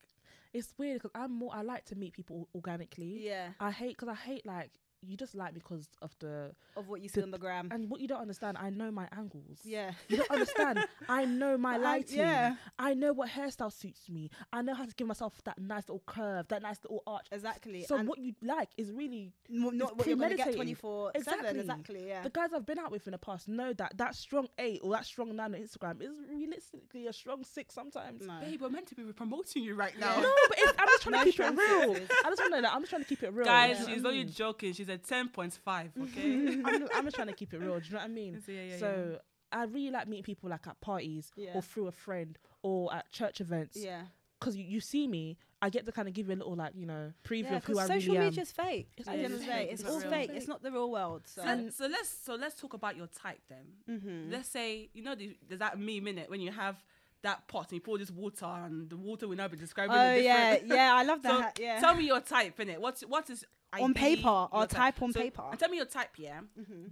it's weird because i'm more i like to meet people organically
yeah.
i hate because i hate like you just like because of the
Of what you see
The-
on the gram.
and what you don't understand i know my angles
Yeah,
you don't understand i know my
I-
lighting
yeah.
i know what hairstyle suits me i know how to give myself that nice little curve that nice little arch
exactly.
So
and
what you like is really
n- not what you're gonna
premeditated.
get 24 seven.
Exactly.
Exactly. Yeah.
the guys I've been out with in the past know that that strong eight or that strong nine on Instagram is realistically a strong six sometimes.
No.
babe, we're meant to be promoting you right
Uh. Yeah.
now.
No, but it's, I'm just trying to keep it
strong
real.
sixes.
I just want to. Like, I'm just trying to keep it real.
Guys,
do you
she's
know what I
only
Mm.
mean?
joking. She's at ten point five. Okay.
I'm, just- I'm just trying to keep it real. Do you know what I mean?
So, yeah, yeah,
so I really like meeting people like at parties
Yeah.
or through a friend or at church events
Yeah.
because you, you see me. I get to kind of give you a little like you know preview
Yeah,
of who I
because
really
social
am.
media is fake.
It's
At the
all
end of the
fake.
day,
It's
it's
not
all
real.
fake. It's not the real world. So.
yeah. So,
And-
so let's so let's talk about your type then.
Mhm.
Let's say you know there's there's that meme minute when you have that pot and you pour this water and the water will now be describing.
Oh
the
yeah,
different-
yeah. I love
So
that. yeah.
tell me your type in it. What's what is
On
ideally
paper, or
your
type on
So,
paper. Mm-hmm.
and Tell me your type, yeah,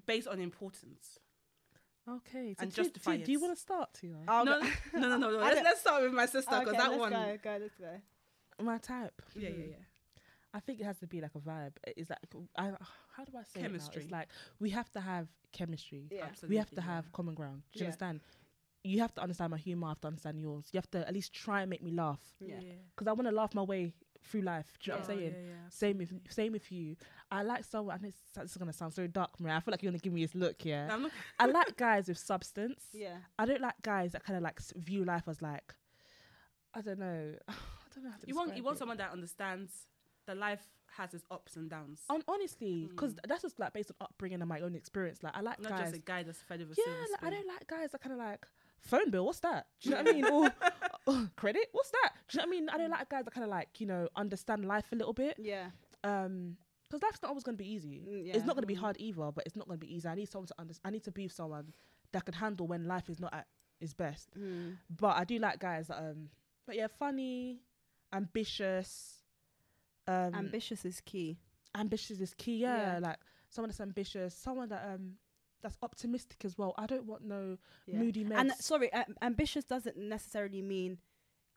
based on importance.
Okay, so
and
do,
justify
do, do you
it.
want to start, Tina?
I'll
no,
go-
no, no, no, no.
I
Let's,
don't-
let's start with my sister because
Okay,
that
let's
one.
Go, go, let's go.
My type.
Yeah, yeah, yeah.
I think it has to be like a vibe. It's like I, how do I say It now?
Chemistry.
It's like we have to have chemistry.
Yeah.
Absolutely.
We have to
yeah.
have common ground. Do you
Yeah.
understand? You have to understand my humor. I have to understand yours. You have to at least try and make me laugh
Yeah.
because I want to laugh my way through life. Do you know
Oh,
what I'm saying?
yeah, yeah,
Same with same with you. I like someone. I know it's- this is gonna sound so dark, Maria. I feel like you're gonna give me this look, yeah.
I'm not-
I like guys with substance.
Yeah.
I don't like guys that kind of like s- view life as like, I don't know. I don't know how to
you want
describe
you want
it.
someone that understands that life has its ups and downs.
On, honestly, because that's just like based on upbringing and my own experience. Like I like
Hmm. Not
guys.
just a guy that's fed with a
yeah,
silver
like, I
spoon.
don't like guys that kind of like phone bill. What's that? Do you know what I mean? Or "Oh, credit? What's that? Do you know what I mean? I
Hmm.
don't like guys that kind of like you know understand life a little bit.
Yeah.
Um, because life's not always going to be easy.
Mm,
It's
yeah.
not going to be hard either, but it's not going to be easy. I need someone to understand. I need to be with someone that can handle when life is not at its best.
Mm.
But I do like guys that um, but yeah, funny, ambitious. Um,
Ambitious is key.
ambitious is key. Yeah,
Yeah.
like someone that's ambitious, someone that um that's optimistic as well. I don't want no
Yeah.
moody men.
And sorry, uh, ambitious doesn't necessarily mean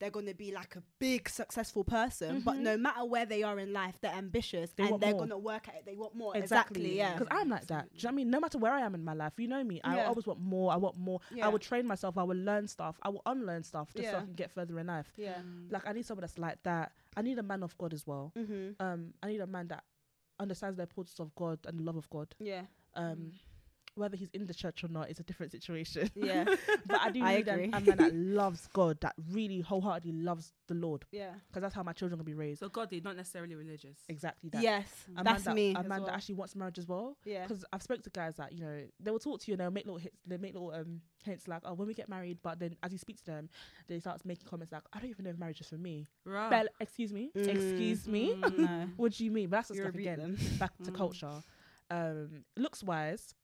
they're going to be like a big successful person, but
Mhm.
no matter where they are in life, they're ambitious
They
and
want
they're
more.
going to work at it. They want more.
Exactly,
Exactly. yeah.
because I'm like that. Do you know what I mean? No matter where I am in my life, you know me. I
Yeah.
always want more. I want more.
Yeah.
I will train myself. I will learn stuff. I will unlearn stuff just so I
Yeah.
can get further in life.
Yeah.
Mm.
Like I need someone that's like that. I need a man of God as well.
Mhm.
Um, I need a man that understands the importance of God and the love of God.
Yeah.
Um,
Mm.
whether he's in the church or not, it's a different situation.
Yeah.
but I do
I
need a,
agree.
a man that loves God, that really wholeheartedly loves the Lord.
yeah.
because that's how my children will be raised.
So godly, not necessarily religious.
Exactly that.
Yes.
A man
That's
that-
me.
A
as
man
well.
that actually wants marriage as well.
Yeah.
Because I've spoke to guys that you know they will talk to you and they'll make little hits, they make little um hints like oh when we get married, but then as you speak to them, they start making comments like I don't even know if marriage is for me.
Right.
Bel- excuse me,
Ah. Mm.
excuse me.
No.
what do you mean? But that's the
You
stuff
rebuke
again.
them.
Back to
Mm.
culture. Um, looks wise,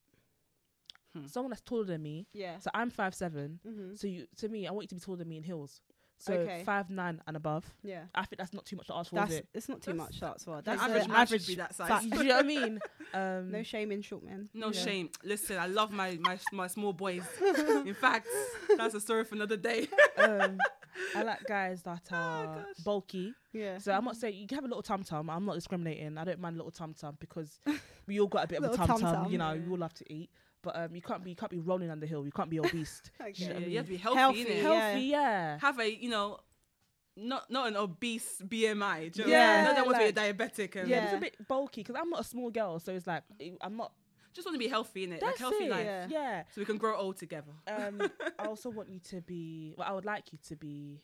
Hmm. Mm.
someone that's taller than me.
Yeah.
So I'm five seven.
Mhm.
So you to me, I want you to be taller than me in heels. So
Okay.
five nine and above.
Yeah.
I think that's not too much to ask for, is
That's
it?
it's not too
That's-
much. That's what.
The
That's
average
the
man
average.
should be that
fact.
size.
Do you know what I mean? Um,
No shame in short men.
No
Yeah.
shame. Listen, I love my, my my small boys. In fact, that's a story for another day.
um, I like guys that are
Oh, gosh.
bulky.
Yeah.
So I'm not saying you can have a little tum tum. I'm not discriminating. I don't mind a little tum tum because we all got a bit of a
Little
tum tum.
tum-tum.
You know, we
Yeah.
all love to eat. But um, you can't be you can't be rolling down the hill. You can't be obese.
Okay.
Yeah,
Yeah,
I
you have to be
Healthy,
healthy, innit?
health-
Healthy, yeah.
Have a you know, not not an obese BMI. Do you
Yeah,
know? not that
like-
want to be a diabetic.
Yeah,
And
yeah.
Yeah.
It's a bit bulky because I'm not a small girl, so it's like it- I'm not.
Just want to be healthy in it, like
That's
healthy
it.
life,
yeah.
yeah.
so we can grow old together.
Um, I also want you to be. Well, I would like you to be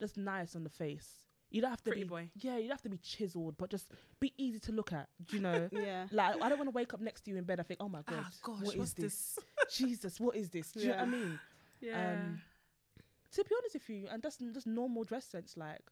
just nice on the face. You don't have to
Pretty
be.
boy.
Yeah, you don't have to be chiseled, but just be easy to look at. You know.
Yeah.
Like I don't want to wake up next to you in bed. I think, oh my god,
Ah, gosh,
what
what's
is this? Jesus, what is this? Do you know what I
Yeah.
mean?
Yeah.
Um, To be honest with you, and just just normal dress sense, like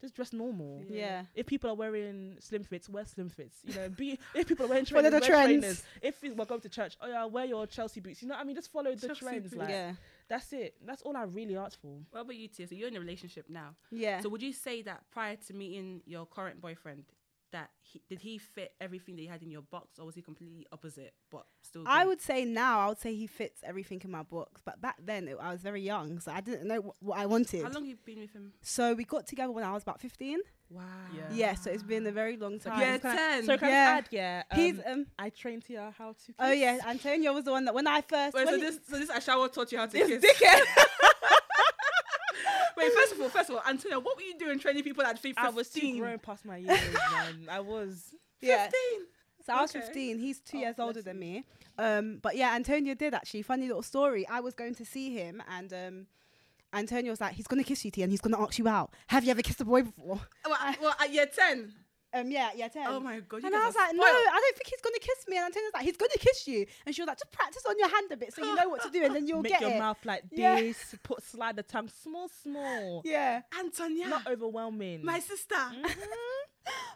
just dress normal.
Yeah.
Yeah.
If people are wearing slim fits, wear slim fits. You know, be if people are wearing
Follow
trainers,
the
wear
trends.
trainers. If it- we're going to church, oh yeah, wear your Chelsea boots. You know what I mean? Just follow the
Chelsea
trends.
boots.
Like
Yeah.
that's it. That's all I really asked for.
what about you, Tia? So you're in a relationship now.
Yeah.
So would you say that prior to meeting your current boyfriend, that he, did he fit everything that you had in your box, or was he completely opposite but still?
I
good?
would say now, I would say he fits everything in my box. But back then, it, I was very young, so I didn't know wh- what I wanted.
How long have you been with him?
So we got together when I was about 15.
Wow.
Yeah.
Yeah, so it's been a very long
So
time.
can I-
Ah. Yeah,
can I-
10.
So can I
Yeah.
add, yeah. Um,
He's, um,
I trained here how to. Kiss.
oh yeah, Antonio was the one that when I first.
Wait, so
when he-
this, so this Ashawa taught you how to kiss.
dickhead.
Wait, first of all, first of all, Antonio, what were you doing training people at fif- 15?
I was too grown past my years, man. I was.
yeah.
15.
So I was
Okay.
15. He's two
Oh,
years older
bless
than me. Um, but yeah, Antonio did actually. Funny little story. I was going to see him, and um, Antonio was like, "He's gonna kiss you, T, and he's gonna ask you out. Have you ever kissed a boy before?"
Well, I- well, at year 10.
Um, yeah, yeah, ten.
Oh my God. you
and
guys
I
are
was like, no,
spoiled.
I don't think he's gonna kiss me. And Antonio's like, he's gonna kiss you. And she was like, just practice on your hand a bit so you know what to do, and then you'll
Make
get
your
it.
mouth like
Yeah.
this. Put slide the tongue small, small.
Yeah. Hmm?
Antonia,
Not overwhelming.
my sister.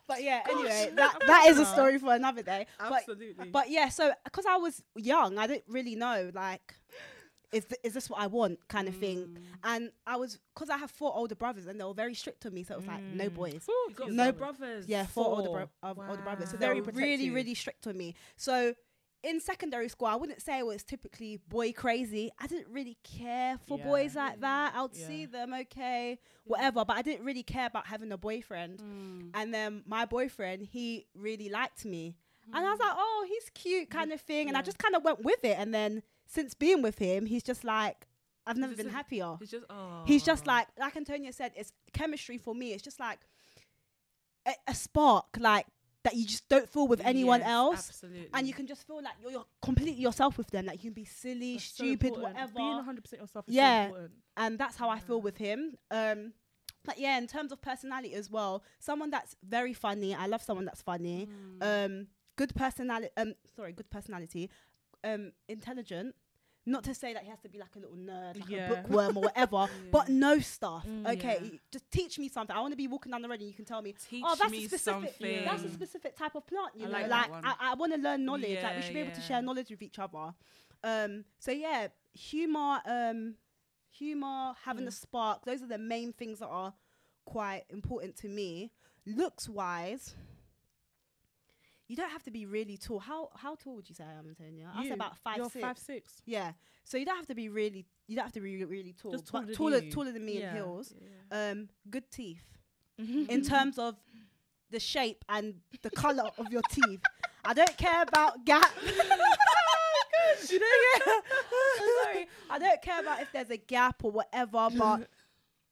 But yeah,
Gosh,
anyway,
no,
that,
I'm
that is a
not.
story for another day. But
Absolutely.
But yeah, so because I was young, I didn't really know like, is th- is this what I want kind of
Mm.
thing. And I was because I have four older brothers, and they were very strict on me. So it was like no boys.
Ooh,
you got
no
no
bro-
brothers.
Yeah, four, older
Mm. Four.
bro- of older brothers. So
Wow.
they
Very
were really
protective.
really strict on me. So. In secondary school, I wouldn't say it was typically boy crazy. I didn't really care for
Yeah.
boys like that. I would
Yeah. Mm.
see them, okay, whatever, but I didn't really care about having a boyfriend. And then my boyfriend, he really liked me. And I was like, oh, he's cute, kind of thing. And I
Yeah.
just kind of went with it. And then since being with him, he's just like, I've never
just
been
a-
happier.
He's just, oh.
He's just like, like Antonio said, it's chemistry for me. It's just like a, a spark, like that you just don't feel with anyone
Yes,
else.
Absolutely.
And you can just feel like you're, you're completely yourself with them. Like you can be silly,
That's so
stupid,
important.
whatever
Being 100 percent yourself. Is
Yeah.
So important.
and that's how I feel
Yeah.
with him. Um, But yeah, in terms of personality as well, someone that's very funny. I love someone that's
Hmm.
funny.
Mm.
Um, good personality. Um, sorry, good personality. Um, intelligent. Not to say that he has to be like a little nerd, like
Yeah.
a bookworm or whatever, but know stuff.
Mm,
okay,
yeah.
just teach me something. I want to be walking down the road and you can tell me.
Teach
oh, that's
me
a specific.
something.
That's a specific type of plant. You
I
know,
like that
like,
one.
I, I want to learn knowledge. like
Yeah,
we should be able to
yeah.
share knowledge with each other. Um, so yeah, humor, um, humor, having a spark. Those are the main things that are quite important to me. Looks wise, you don't have to be really tall. How how tall would you say I am, Antonia? I was
You,
about 5
You're
six.
five six.
yeah, so you don't have to be really. You don't have to be really, really tall.
Just
but
taller than
taller,
you.
taller than me
Yeah.
in heels. Um, good teeth
Mhm.
in terms of the shape and the color of your teeth. I don't care about
Oh,
gap. You don't care- I'm sorry. I don't care about if there's a gap or whatever, but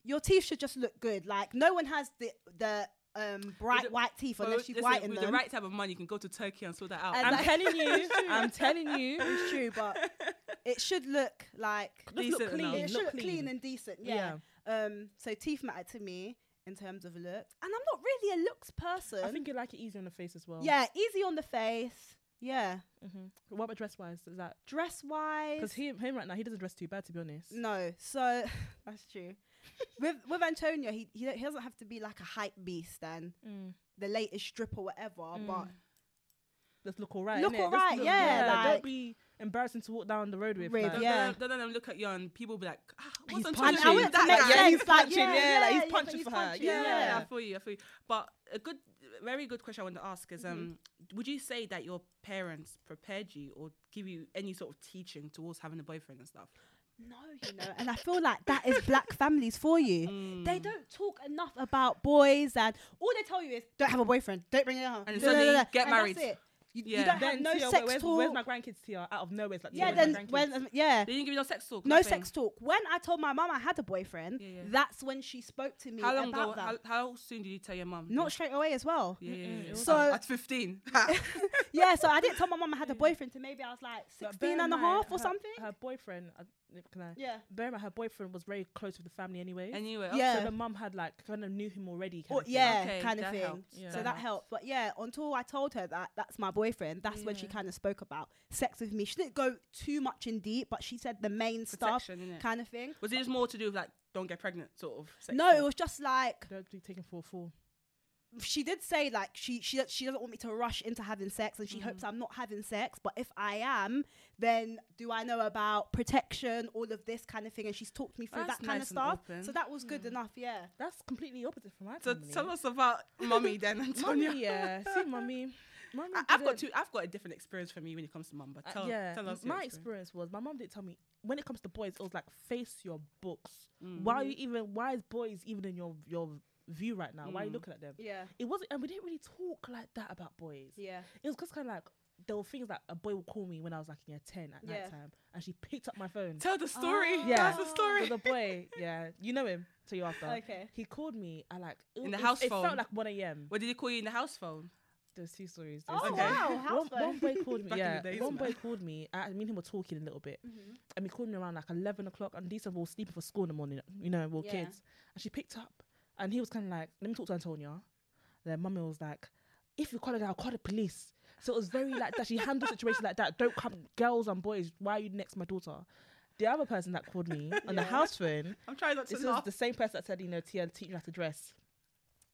your teeth should just look good. Like no one has the the um, bright
the-
white teeth
Well,
unless you
listen,
whiten
with
them.
the right type of money, you can go to Turkey and sort that out.
And
I'm
like-
telling you, I'm telling you.
it's true, but it should look like
Just look
Decent
clean.
enough.
it should
look
look clean. and decent. Yeah. Um. So teeth matter to me in terms of looks, and I'm not really a looks person.
I think you like it easy on the face as well.
Um, yeah, easy on the face. Yeah.
hmm What about dress wise? Is that
dress
because
wise
him him right now he doesn't dress too bad to be honest.
no so that's true with with antonio he, he don't- he doesn't have to be like a hype beast and
Mm.
the latest strip or whatever but
Let's look alright.
Look
innit? Let's
alright, yeah,
don't
like-
be embarrassing to walk down the road with.
With,
like.
Don't-
yeah.
Don't, don't let them look at you and people be like, ah,
He's
what's on
and
punching.
Twitter?
I went
That
to make
guy.
sense,
Yeah, he's
like,
punching, yeah, like, he's
but
punching for her,
punching,
yeah,
yeah.
I feel you, I feel you. But a good, very good question I want to ask is, um,
Mm-hmm.
would you say that your parents prepared you or give you any sort of teaching towards having a boyfriend and stuff?
no you know and i feel like that is black families for you
Mm.
they don't talk enough about boys and all they tell you is don't have a boyfriend don't bring it home
And
da, da,
suddenly
da, da,"
get
and that's
married.
it. You, you
Yeah.
don't
Then
have
Tia,
no
where-
sex
where's,
talk
where's my grandkids Tia? Out of nowhere, it's like
yeah
Tia, where's
then
my grandkids?
when um, yeah
They didn't give you no sex talk.
no
nothing?
sex talk when i told my mum i had a boyfriend
Yeah, yeah.
that's when she spoke to me
How long
about
ago?
that
How, how soon did you tell your mum?
not straight away as well.
Yeah, yeah, yeah.
So-
at fifteen.
Yeah, so I didn't tell my mum I had a boyfriend till maybe I was like
But
16
bear in
and a
mind,
half or
her-
something.
Her boyfriend, uh, can I?
Yeah.
Bear in mind, her boyfriend was very close with the family anyway.
anyway,
Yeah.
So the mum had like kind of knew him already. Kind
Or,
of thing.
yeah,
Okay,
kind of
that
thing.
helped.
Yeah.
So
That
that helped. But yeah, until I told her that that's my boyfriend, that's when she
Yeah.
kind of spoke about sex with me. She didn't go too much in deep, but she said the main stuff
protection, innit?
kind of thing.
Was it just more to do with like don't get pregnant sort of? Sex
No, it
talk?
was just like
Don't be taken for a fool.
she did say like she she do- she doesn't want me to rush into having sex and she hopes I'm not having sex but if I am then do I know about protection all of this kind of thing and she's talked me through
That's
that kind
nice
of
and
stuff
open.
so that was good enough yeah
That's completely opposite from my
So
family.
tell us about mummy then, Antonia.
Mummy, yeah. See, mummy. mummy
I, I've got
didn't-
two. I've got a different experience from you when it comes to mum. But
Uh,
tell,
yeah,
tell
m-
us your
my experience was my mom did tell me when it comes to boys, it was like face your books. Why
Mm.
are you even? Why is boys even in your your view right now?
Mm.
Why are you looking at them?
yeah
It wasn't, and we didn't really talk like that about boys.
yeah
It was just kind of like there were things like a boy would call me when I was like in year ten at
Yeah.
night time, and she picked up my phone.
Tell the story.
Ah.
yeah,
Oh. Yeah.
that's the story.
There's a boy, yeah, you know him. Till you after,
Okay.
He called me at like it
In
was-
the
it-
house
It
phone.
felt like one a.m.
What did he call you in the house phone?
There's two stories.
oh
there's two
Okay.
stories.
wow house
One, one boy called me.
Back in the
yeah,
days,
one
man.
boy called me. I me and him were talking a little bit,
Mm-hmm.
and he called me around like eleven o'clock. And these are all sleeping for school in the morning. You know, we we're
Yeah.
kids. And she picked up, and he was kind of like, "Let me talk to Antonia." Then mummy was like, "If you call it, I'll call the police." So it was very like that. She handled situations like that. Don't come, girls and boys. Why are you next to my daughter? The other person that called me on the house phone
I'm trying not to
this is
laugh.
the same person that said, you know, Tia, teach me how to dress.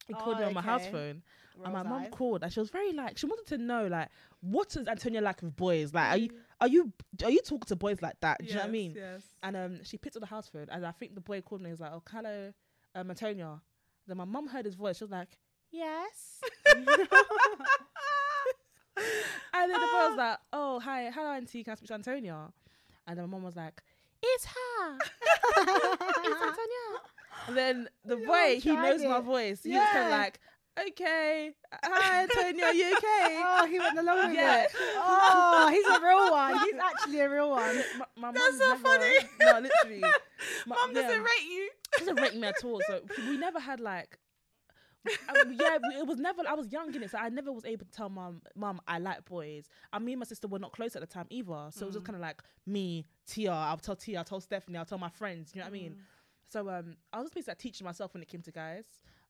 He
Oh,
called me on my house
okay.
phone,
Rolls
and my mum
eyes.
called, and she was very like, she wanted to know, like, what is Antonia like with boys? Like, are
Mm.
you, are you, are you talking to boys like that? Do you know what I
Yes,
mean?
Yes.
And um, she picked up the house phone, and I think the boy called me. and was like, "Oh, hello, um, Antonia." Then my mum heard his voice. She was like, "Yes." and then the boy was
Ah.
like, "Oh, hi, hello, auntie. Can I speak to Antonia?" And then my mum was like, "It's her. it's Antonia." And then the boy, he
tried
knows my
it.
voice. He was kind of
Yeah.
like, "Okay, hi, Antonia. You okay?"
oh he went along with
Yeah.
it oh he's a real one he's actually a real one
My, my
That's
mum's
so
never-
funny.
No, literally. My-
Mum doesn't
yeah.
rate you.
doesn't rate me at all. So we never had like. I- yeah, we- it was never. I was young in it, so I never was able to tell mum, mum, I like boys. And me and my sister were not close at the time
Mm. Mm.
either, so it was just kind of like me, Tia. I'll tell Tia, I'll tell Stephanie, I'll tell my friends. You know what I mean? So um, I was just basically like, teaching myself when it came to guys.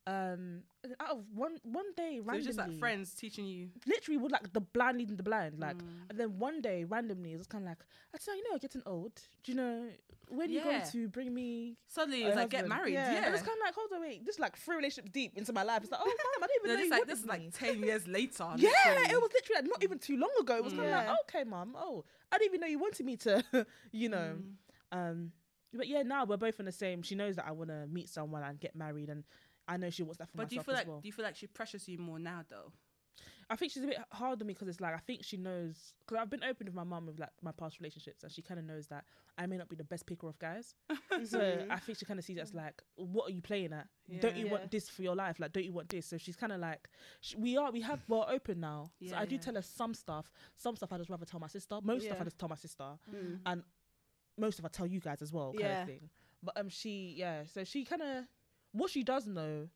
Um, and out of one one day
So
randomly,
it's just like friends teaching you.
literally would like the blind leading the blind, like.
Mm.
And then one day randomly, it was kind of like, I tell you, you know, you're getting old. Do you know when you're going
Yeah.
to bring me?
Suddenly,
a
it's like get
husband?"
married. Yeah.
And it's kind of like, hold on, wait, this is like three relationships deep into my life. It's like, oh, mom, I didn't even
No,
know
this
you
like
wanted
this is
me."
like ten years later.
Yeah,
literally.
it was literally like not even too long ago. It was kind of
Yeah.
like, okay, mum, oh, I didn't even know you wanted me to, you know.
Mm.
Um, but yeah, now we're both on the same. She knows that I want to meet someone and get married, and I know she wants that for
But do you
myself
feel
as
like
well.
do you feel like she pressures you more now though?
I think she's a bit hard on me because it's like I think she knows because I've been open with my mum with like my past relationships, and she kind of knows that I may not be the best picker of guys. So
Mm.
Mm.
I think she kind of sees it as like, what are you playing at? Don't
Yeah.
you
Yeah.
want this for your life? Like, don't you want this? So she's kind of like, sh we are, we have, we're open now. so
Yeah,
I do
yeah.
tell her some stuff. Some stuff I just rather tell my sister. Most stuff
Yeah.
I just tell my sister.
Mm.
And most stuff I tell you guys as well, kind
Yeah.
of thing. But um, she yeah. So she kind of what she does know.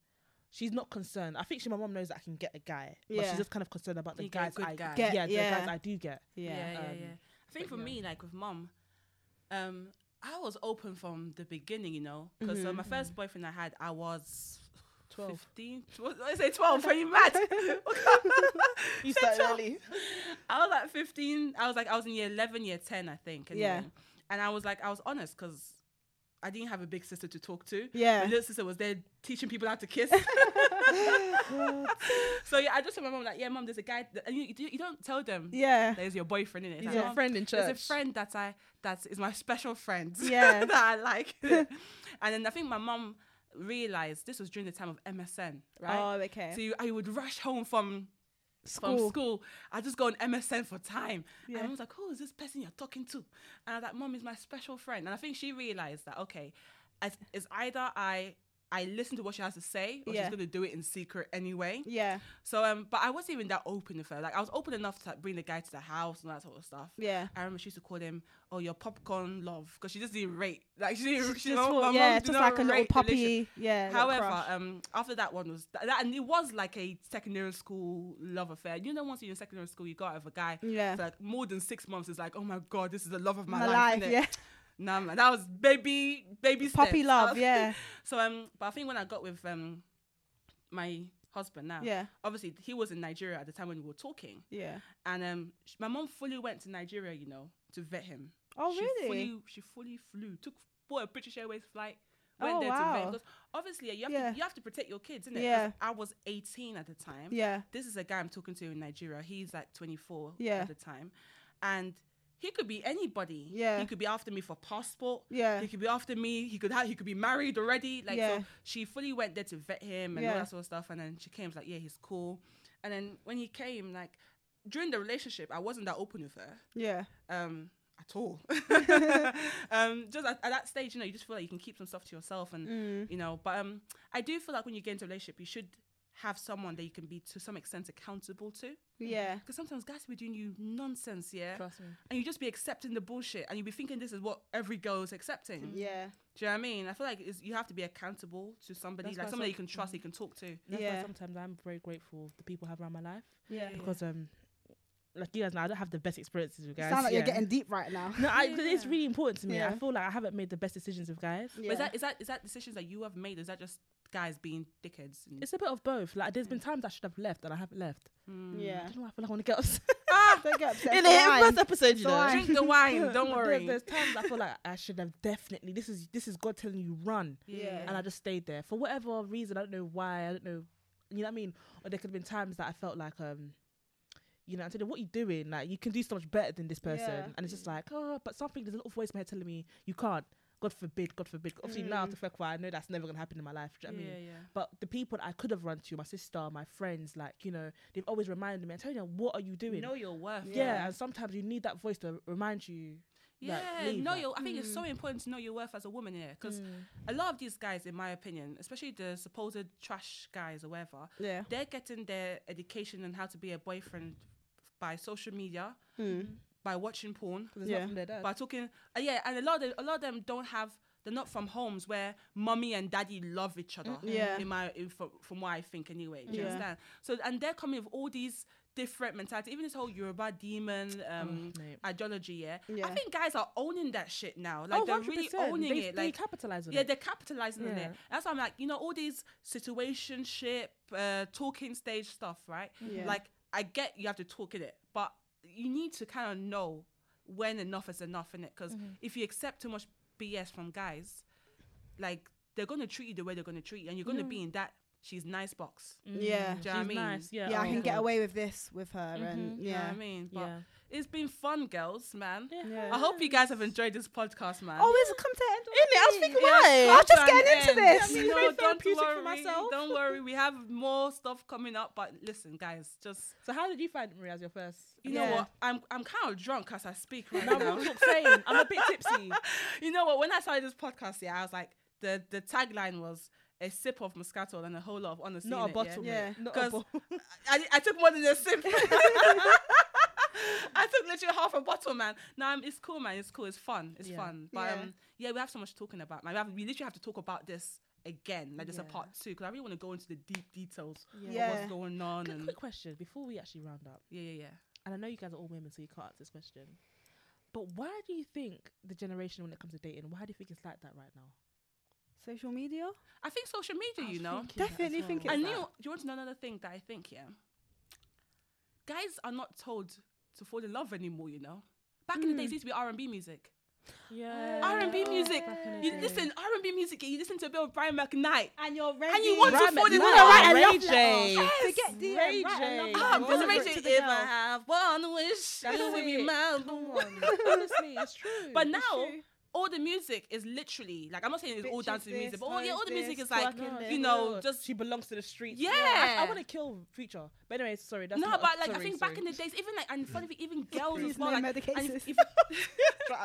She's not concerned. I think she, my mom knows that I can get a guy, but
Yeah.
she's just kind of concerned about the
You get a
guys
good
I
guy.
Get-
yeah, the guys
yeah.
I do get.
Yeah, yeah,
Yeah.
yeah.
Um,
I think for
but yeah.
me, like with mom, um, I was open from the beginning, you know, because uh, my first boyfriend I had, I was.
12.
15 what did I say 12 are you mad
You started early.
I was like 15 I was like I was in year 11 year 10 I think anyway.
Yeah.
and I was like I was honest because I didn't have a big sister to talk to
Yeah.
my little sister was there teaching people how to kiss so yeah I just told my mom like yeah mom there's a guy th- and you, you don't tell them
Yeah.
there's your boyfriend in it
He's a friend in church.
There's a friend that I that is my special friend.
Yeah.
that I like. and then I think my mum realized this was during the time of MSN, right?
Oh, okay.
so you, I would rush home from from school. I just go on MSN for time. And I was like, who is this person you're talking to? And I was like, mom is my special friend. And I think she realized that okay, as, is either I I listen to what she has to say, or
Yeah.
she's gonna do it in secret anyway.
Yeah.
So um, but I wasn't even that open with her. Like I was open enough to like, bring the guy to the house and that sort of stuff.
Yeah.
I remember she used to call him, "Oh, your popcorn love," because she just didn't rate. Like she didn't. She
Just
don't-
thought-
my
yeah,
mum did
just
not
like a little
rate relationship.
puppy. Yeah. little
However,
crush.
um, after that one was that, and it was like a secondary school love affair. You know, once you're in secondary school, you got out of a guy.
Yeah.
For like more than six months, it's like, oh my god, this is the love of my,
my
life.
life,
innit?
yeah.
Nah, man, that was baby, baby steps.
Puppy love, yeah.
so um, but I think when I got with um, my husband now,
Yeah.
obviously he was in Nigeria at the time when we were talking,
Yeah.
and um, sh- my mom fully went to Nigeria, you know, to vet him.
Oh,
she
really?
Fully, she fully flew, took bought a British Airways flight, went
Oh,
there to vet
wow.
him. 'Cause Obviously, you have
Yeah.
to you have to protect your kids, innit? 'Cause
Yeah.
I was 18 at the time.
Yeah.
This is a guy I'm talking to in Nigeria. He's like 24
Yeah.
at the time, and he could be anybody.
Yeah.
He could be after me for passport.
Yeah.
He could be after me. He could have. He could be married already. Like
Yeah.
so, she fully went there to vet him and all
Yeah.
that sort of stuff. And then she came, was like, yeah, he's cool. And then when he came, like during the relationship, I wasn't that open with her
Yeah.
um, at all. um, just at, at that stage, you know, you just feel like you can keep some stuff to yourself,
Mm.
and you know. But um, I do feel like when you get into a relationship, you should have someone that you can be to some extent accountable to.
Yeah.
Because sometimes guys will be doing you nonsense, yeah,
Trust me.
and you just be accepting the bullshit, and you be thinking this is what every girl is accepting.
Yeah.
Do you know what I mean? I feel like it's, you have to be accountable to somebody,
That's
like
why
somebody you
some- Mm.
can trust, you can talk to.
That's
Yeah.
why sometimes I'm very grateful the people I have around my life
Yeah.
Yeah.
because um, like you guys know, I don't have the best experiences with guys.
Sound like you're
Yeah.
getting deep right now.
no, I, 'cause it's
Yeah.
really important to me.
Yeah.
I feel like I haven't made the best decisions with guys.
Yeah.
But is that is that is that decisions that you have made? Is that just guys being dickheads? And,
It's a bit of both. Like there's been times I should have left and I haven't left.
Mm.
I
yeah.
don't know why I feel like I want to get upset.
Don't get upset.
In
it's
the
fine.
first episode, you
So
know.
I-
Drink the wine. Don't
There-
worry.
There's times I feel like I should have definitely. This is this is God telling you run,
Yeah.
and I just stayed there for whatever reason. I don't know why. I don't know. You know what I mean? Or there could have been times that I felt like um. You know, Antonio, what you doing? Like, you can do so much better than this person.
Yeah.
And it's just like, oh, but something, there's a little voice in my head telling me, you can't. God forbid, God forbid. Obviously, now, to fair, I know that's never going to happen in my life. Do you know what I mean? But the people that I could have run to, my sister, my friends, like, you know, they've always reminded me, Antonio, what are you doing?
Know your worth.
yeah. and sometimes you need that voice to remind you.
Yeah,
like, leave
know
that. Mm.
your. I think it's so important to know your worth as a woman here, because a lot of these guys, in my opinion, especially the supposed trash guys or whatever,
Yeah.
they're getting their education on how to be a boyfriend by social media,
Mm,
by watching porn,
Because it's
Yeah.
not from their dad.
by talking. Uh, yeah, and a lot of the- a lot of them don't have. They're not from homes where mommy and daddy love each other.
Yeah.
in my in, from, from what I think anyway. Do you
Yeah.
understand? So and they're coming with all these different mentality. Even this whole Yoruba demon
Oh,
um,
mate.
ideology, yeah?
Yeah.
I think guys are owning that shit now. Like
oh,
they're really
100%.
owning
they,
it.
They
Like
capitalize on
yeah,
it.
they're capitalizing on
Yeah.
it. That's why I'm like, you know, all these situationship, uh, talking stage stuff, right?
Yeah.
Like, I get you have to talk in it, but you need to kind of know when enough is enough in it. Because
Mm-hmm.
if you accept too much BS from guys, like they're gonna treat you the way they're gonna treat you, and you're gonna be in that she's nice box.
Yeah.
Do you know what I
Mm. She's
mean?
nice. Yeah,
yeah, I
oh,
can get
God.
away with this with her, and
You know what
yeah.
I mean? But
Yeah.
it's been fun, girls, man.
Yeah.
I hope you guys have enjoyed this podcast, man.
Oh, it's come to end.
Isn't it? I was
already.
thinking, why?
I was just
Try and
getting into
end.
this.
No,
Very
don't
therapeutic for
worry.
myself.
Don't worry. We have more stuff coming up. But listen, guys, just
So how did you find Maria as your first?
you
Yeah.
know what? I'm I'm kind of drunk as I speak right
No,
now.
I'm not saying. I'm a bit tipsy.
you know what? When I started this podcast, yeah, I was like the the tagline was a sip of Moscato and a whole lot of honesty.
Not
in
a
it,
bottle.
Yeah?
Yeah.
mate. Not a
Because
bottle.
I, I took more than a sip. I took literally half a bottle, man. No, um, it's cool, man. It's cool. It's fun. It's
Yeah.
fun. But
Yeah.
um, yeah, we have so much talking about, man. We, have, we literally have to talk about this again. Like, there's a
Yeah.
part two because I really want to go into the deep details
Yeah.
of what's going on.
Quick,
And
quick question before we actually round up,
yeah, yeah, yeah.
and I know you guys are all women, so you can't answer this question. But why do you think the generation when it comes to dating, why do you think it's like that right now?
Social media.
I think social
I
media,
was
you know.
thinking that as
Definitely
well.
think it's
I
that.
knew. Do you want to know another thing that I think? Yeah, guys are not told to fall in love anymore. You know, back in the
Mm.
day, it used to be R and B music.
Yeah.
R&B music.
Back in the
You
day.
listen R and B music. You listen to a bit of Brian McKnight.
And you're ready.
And you want
Brian
to fall in
McKnight.
love.
Nah,
Right?
and
Ray
love letter. Oh,
J.
To get DM,
Ray
write a love
J.
letter
Ah,
and
Prison
deliver it
Rage,
to
if
the girl.
I have one wish,
That's
it would be
it.
my
Honestly, it's true.
But now,
true.
all the music is literally like I'm not saying it's all
Bitches
down to the music,
this,
but all, yeah, all the
hoes
music
this,
is like
twerking
you
this.
know just
she belongs to the streets.
Yeah.
I, want to kill Future. But anyway, sorry. That's
no,
not-
but like I
sorry,
think
sorry.
back in the days, even like and funny thing, even girls
Please
as well.
no
Like, and
medications.
if, if,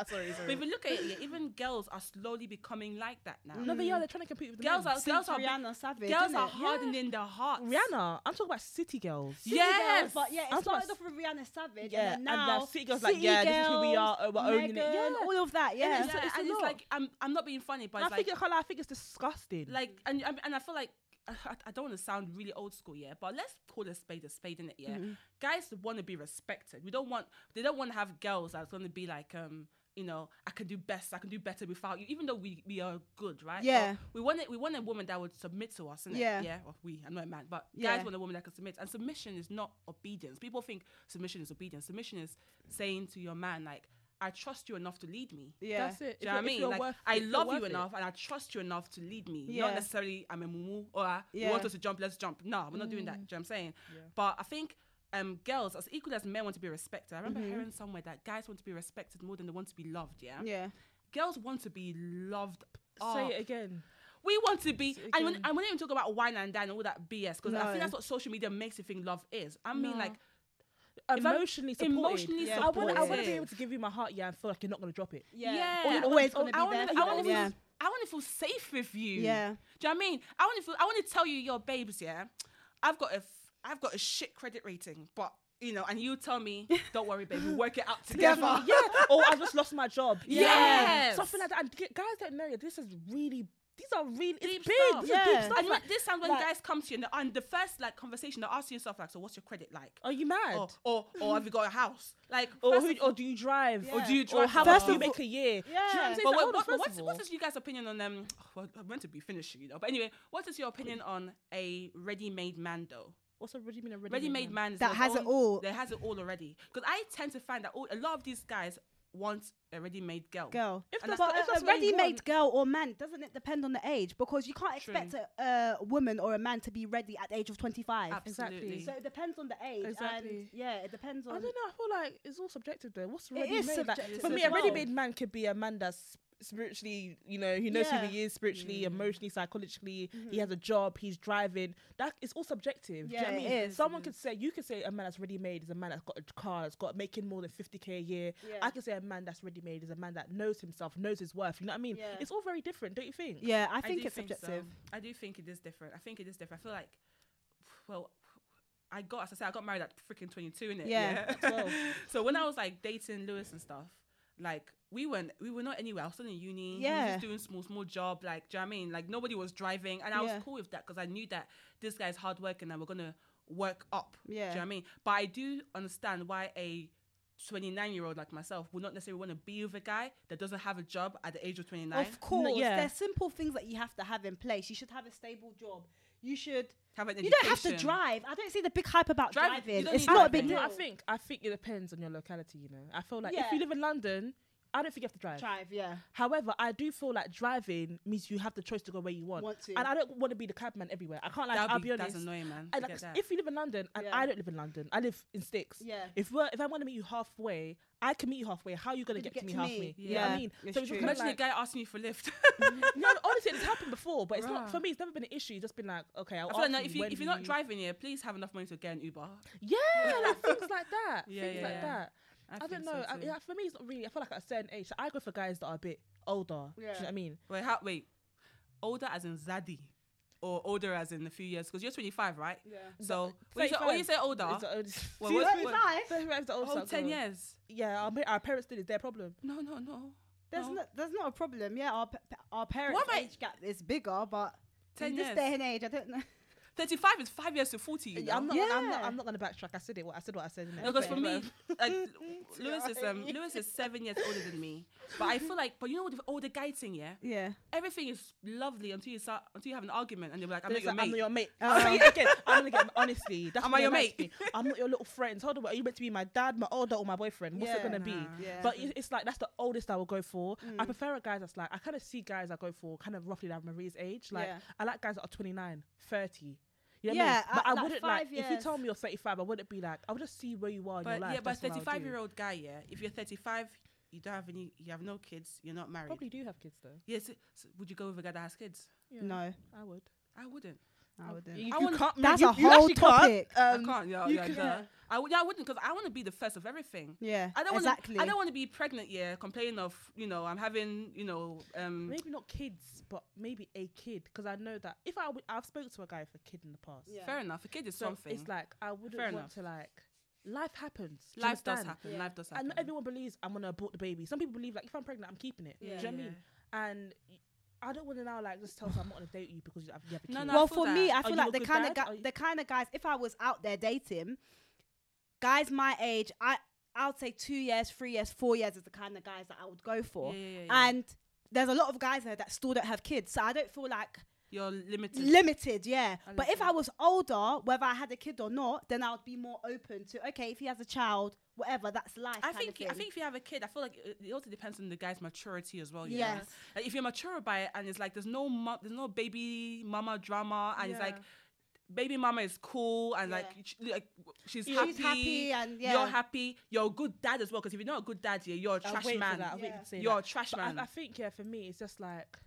sorry,
but if you look at it, yeah, even girls are slowly becoming like that now.
Mm.
No, but yeah, they're trying to compete with the
Girls
men.
are girls are
Rihanna Savage.
girls
isn't
are
it?
hardening their hearts.
Rihanna. I'm talking about city girls.
City Yes.
Girls, but yeah,
I'm
it started
sorry.
off with Rihanna Savage.
Yeah, and
and then
that
now
City Girls like, yeah, this is who we are, uh, we're owning it.
Megan,
Yeah.
all of that.
And
Yeah,
it's,
Yeah, it's
and
a
it's
lot.
like I'm I'm not being funny, but
And I
it's like
think, I can't lie, I think it's disgusting.
like and and and I feel like uh, I, I don't want to sound really old school, yeah, but let's call a spade a spade in it, yeah.
Mm-hmm.
Guys want to be respected. We don't want they don't want to have girls that's going to be like um you know I can do best, I can do better without you, even though we we are good, right? But
Yeah.
we want it. We want a woman that would submit to us, innit?
Yeah.
Yeah. Well, we I'm not a man, but
Yeah.
guys want a woman that can submit. And submission is not obedience. People think submission is obedience. Submission is saying to your man like. I trust you enough to lead me.
yeah.
That's it.
Do you know what I mean? Like, I love you enough and I trust you enough to lead me.
Yeah.
Not necessarily I'm a mumu or I
Yeah.
you want us to jump, let's jump. No, we're not doing that. Do you know what I'm saying? But I think um, girls, as equal as men want to be respected, I remember hearing somewhere that guys want to be respected more than they want to be loved, yeah?
Yeah,
Girls want to be loved.
Say
up.
it again.
We want to be,
Say
and when,
again.
and we don't even talk about wine and dine and all that BS because I
No.
think that's what social media makes you think love is. I mean,
No.
like, If I'm
Emotionally supported.
emotionally
Yeah.
I want. I want to be
supportive.
able to give you my heart, yeah, and feel like you're not gonna drop it.
yeah.
Yeah.
You're
I
always
wanna-
gonna
I
be
wanna-
there.
I wanna
for them.
feel- I want to feel safe with you.
Yeah.
Do you know what I mean? I want to feel. I want to tell you, your babes. Yeah, I've got a, f- I've got a shit credit rating, but you know, and you tell me, don't worry, baby, we'll work it out together.
yeah. Or I just lost my job.
Yes.
Something like that. And g- guys don't know. This is really. These are really.
Deep
it's big.
stuff.
This is deep
Yeah.
stuff.
And
like,
when- this time when
like-
guys come to you and, the, and the first like conversation, they're asking yourself like, so what's your credit like?
are you mad?
Or or, or have you got a house? Like,
Oh, or,
first
who,
of all-
or do you drive?
Or
do you
Or
drive?
how much
First
do you
of
make a year? Do you know what
Yeah.
I'm saying?
but
It's like,
what,
hold on,
what,
first
what's,
of
what
all-
is you guys' opinion on um? Well, I meant to be finishing, you know. But anyway, what is your opinion on a ready-made man though?
What's a ready-made a
ready-made man is
That
his
has it
own-
all.
That has it all already. Because I tend to find that all, a lot of these guys want a ready-made girl.
girl.
If
And
that's,
But
the- if that's
a
what you
ready-made
want-
girl or man doesn't it depend on the age? Because you can't expect a, a woman or a man to be ready at the age of twenty-five.
Absolutely.
So it depends on the age. And
Exactly.
yeah, it depends
I
on.
don't know. I feel like it's all subjective though. What's
is
ready made?
subjective
Like, for
as
me, a
well.
ready-made man could be a man that's spiritually, you know, he knows who he is spiritually,
Mm.
emotionally, psychologically. He has a job. He's driving. That is all subjective. do
Mm-hmm. Yeah,
you know
it
what I mean?
is.
Someone could say you could say a man that's ready-made is a man that's got a car, that's got making more than fifty k a year.
Yeah.
I could say a man that's ready-made is a man that knows himself, knows his worth. You know what I mean?
Yeah.
It's all very different, don't you think?
Yeah, I think
do
it's
so.
subjective.
I do think it is different. I think it is different. I feel like, well, I got as I said, I got married at freaking twenty-two, innit?
Yeah,
twelve.
so when I was like dating Lewis and stuff, like we weren't, we were not anywhere. I was still in uni. he was
Yeah.
just doing small, small job. Like, do you know what I mean? Like nobody was driving, and I
Yeah.
was cool with that because I knew that this guy's hardworking and we're gonna work up. Do you know
Yeah.
what I mean? But I do understand why a 29 year old like myself would not necessarily want to be with a guy that doesn't have a job at the age of 29.
Of course,
yeah.
there's simple things that you have to have in place. You should have a stable job. You should.
Have an
You don't have to
education.
drive. I don't see the big hype about
Drive- you
driving.
don't
It's
need
not a big
driving.
I
deal.
think I think it depends on your locality. You know, I feel like
Yeah.
if you live in London, I don't think you have to drive.
drive. Yeah.
However, I do feel like driving means you have the choice to go where you want.
Want to.
And I don't want to be the cabman everywhere. I can't like.
That'd
I'll
be-
be honest.
That's annoying, man.
I
I
like,
get that.
if you live in London, and
Yeah.
I don't live in London, I live in Sticks.
Yeah.
If we're, if I want to meet you halfway, I can meet you halfway. How are you gonna
Could
get,
you
to me halfway? You know what I mean,
it's
so it's
true.
just
Imagine
like,
a guy asking you for a lift.
no, oh, honestly, it's happened before, but it's not
Bruh.
for me. It's never been an issue. It's just been like, okay, I'll
I feel like
ask
no,
you
if you
when
if you're not
you-
driving here, please have enough money to get an Uber.
yeah, like things like that,
Yeah,
things
yeah,
like
yeah.
that. I,
think
don't know.
so
I,
too.
yeah, for me, it's not really. I feel like at a certain age, I go for guys that are a bit older. Do you know
Yeah.
what I mean?
Wait, how, wait, older as in Zaddy, or older as in a few years? Because you're 25, right?
Yeah.
So when you, say, when you say older,
It's uh, the oldest.
well,
See,
what's-
that's
what-
life.
Thirty-five is the
oh,
oldest.
10 years.
Yeah, our, our parents did. It's their problem.
No, no, no.
There's
No.
not, there's not a problem. Yeah, our p- p- our parents'
am I-
age gap is bigger, but
10
in this
years.
day and age, I don't know.
35 is five years to 40. You know?
I'm not. I'm not.
Yeah.
I'm not gonna backtrack. I said it. What I said. What I said. innit?
No, because for
But-
me, like Lewis is um Lewis is seven years older than me, but I feel like, but you know what? With older guy thing, yeah,
Yeah.
everything is lovely until you start until you have an argument and they're like, I'm
Then
not
it's
your
like, I'm not your
mate.
mate. I'm not your kid. I'm gonna get honestly. That's
Am
what
I your
they like
mate?
to me. I'm not your little friend. Hold on, are you meant to be my dad, my older, or my boyfriend? What's it
Yeah,
gonna be?
nah. Mm.
Yeah.
But it- it's like that's the oldest I will go for. I prefer a guy that's like I kind of see guys I go for kind of roughly like Marie's age. Like
Yeah.
I like guys that are 29, 30. You know what
Yeah,
I mean?
uh,
But
I-
I,
like
wouldn't
five
like if you
years.
told me you're 35, I wouldn't be like I would just see where you are in
But
your life.
yeah, but
That's what I would
35
do.
year old guy, yeah, if you're 35, you don't have any, you have no kids, you're not married.
probably do have kids though.
Yes, so would you go with a guy that has kids?
Yeah,
No,
I would.
I wouldn't.
I wouldn't.
You,
I
you
wanna-
can't.
That's
you,
a
you
whole
actually can't.
topic.
Um,
I can't. Yeah, yeah, duh. I, w- yeah, I wouldn't because I want to be the first of everything.
Yeah.
I don't want
exactly.
to. I don't want to be pregnant. Yeah, complaining of you know I'm having you know um
maybe not kids, but maybe a kid. Because I know that if I w- I've spoken to a guy for a kid in the past,
Yeah.
fair enough. A kid is
so
something.
it's like I wouldn't
Fair
want
enough.
to like. Life happens. do you
life does
understand?
happen.
Yeah.
Life does
And
happen.
not everyone believes I'm gonna abort the baby. Some people believe like if I'm pregnant, I'm keeping it. Do
Yeah.
you know what I mean? And y- I don't want to now like just tell someone I'm not gonna date you because you have, you have a kid.
No, no, I
well,
feel
for me,
that.
I
Are
feel
you
like
a
the
good
kind of
dad?
guy,
Are you-
the kind of guys. If I was out there dating, guys my age, I I'd say two years, three years, four years is the kind of guys that I would go
Yeah,
for.
yeah, yeah, yeah.
And there's a lot of guys there that still don't have kids, so I don't feel like
You're limited.
limited. Yeah,
I
but
love
if
that.
I was older, whether I had a kid or not, then I would be more open to okay, if he has a child, whatever, that's life.
I
kind of
think I
thing.
think if you have a kid, I feel like it, it also depends on the guy's maturity as well. You know?
yes,
Like if you're mature by it, and it's like there's no mo- there's no baby mama drama, and it's like baby mama is cool, and like
Yeah.
sh- like she's,
she's happy and yeah,
You're happy. You're a good dad as well, because if you're not a good dad, yeah, you're a
I'll
trash
wait for
man.
that, I'll wait
Yeah.
for saying
You're
that.
a trash
But I-
man.
I, think yeah, for me, it's just like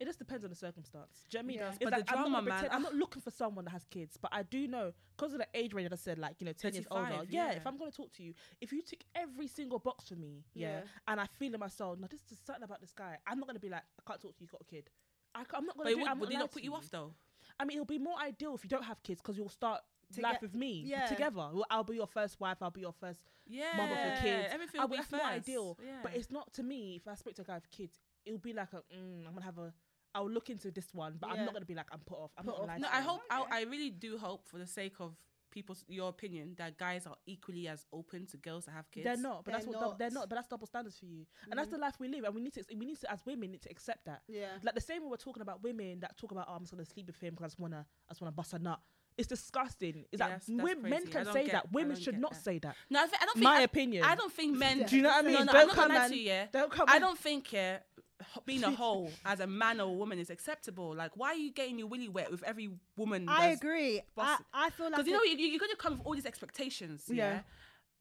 it just depends on the circumstance. Do you know what I mean?
Yeah.
It's
But
like,
the
I'm not
drama,
gonna
man, ah.
pretend- I'm not looking for someone that has kids, but I do know because of the age range that I said, like you know, ten years older.
35,
Yeah,
yeah.
if I'm gonna talk to you, if you tick every single box for me, yeah,
Yeah.
and I feel in my soul, now this is something about this guy. I'm not gonna be like, I can't talk to you. You've got a kid. I, am not gonna.
but it
do,
would,
I'm
would it
gonna lie
not
to
put you off though?
I mean, it'll be more ideal if you don't have kids because you'll start
To
life
get-
with me
yeah.
together. Well, I'll be your first wife. I'll be your first
Yeah,
mother for kids.
Everything
I
would
would-
be
that's
first.
not ideal. But
Yeah.
it's not to me. If I speak to a guy with kids, it'll be like a. Mm, I'm gonna have a. I'll look into this one, but I'm
Yeah.
not gonna be like I'm put off. I'm
Put
not gonna
off.
lie
No,
to
I
you.
hope
Okay.
I, I really do hope for the sake of people's your opinion that guys are equally as open to girls that have kids. Mm.
They're not, but that's
They're
what dub- they're
not.
not. But that's double standards for you, and that's the life we live. And we need to, we need to, as women, need to accept that.
yeah.
Like the same way we're talking about women that talk about, oh, I'm just gonna sleep with him because I just wanna, I just wanna bust a nut. It's disgusting. It's
Yes,
like
that's
women, men
crazy. I
can
don't
say
get- I
that. Women
don't
should
get
not
that.
say that.
No, I, thi- I don't think.
My
I,
opinion.
I don't think men.
Do you know what I mean?
No, no,
Don't
I'm not gonna
come
lie
and-
to you. Yeah,
Don't come.
I
and-
don't think yeah, h- being a whole as a man or a woman is acceptable. Like, why are you getting your willy wet with every woman?
I agree. I,
bossy.
I feel like
Because you
it-
know you, you- you're gonna come with all these expectations. Yeah.
Yeah.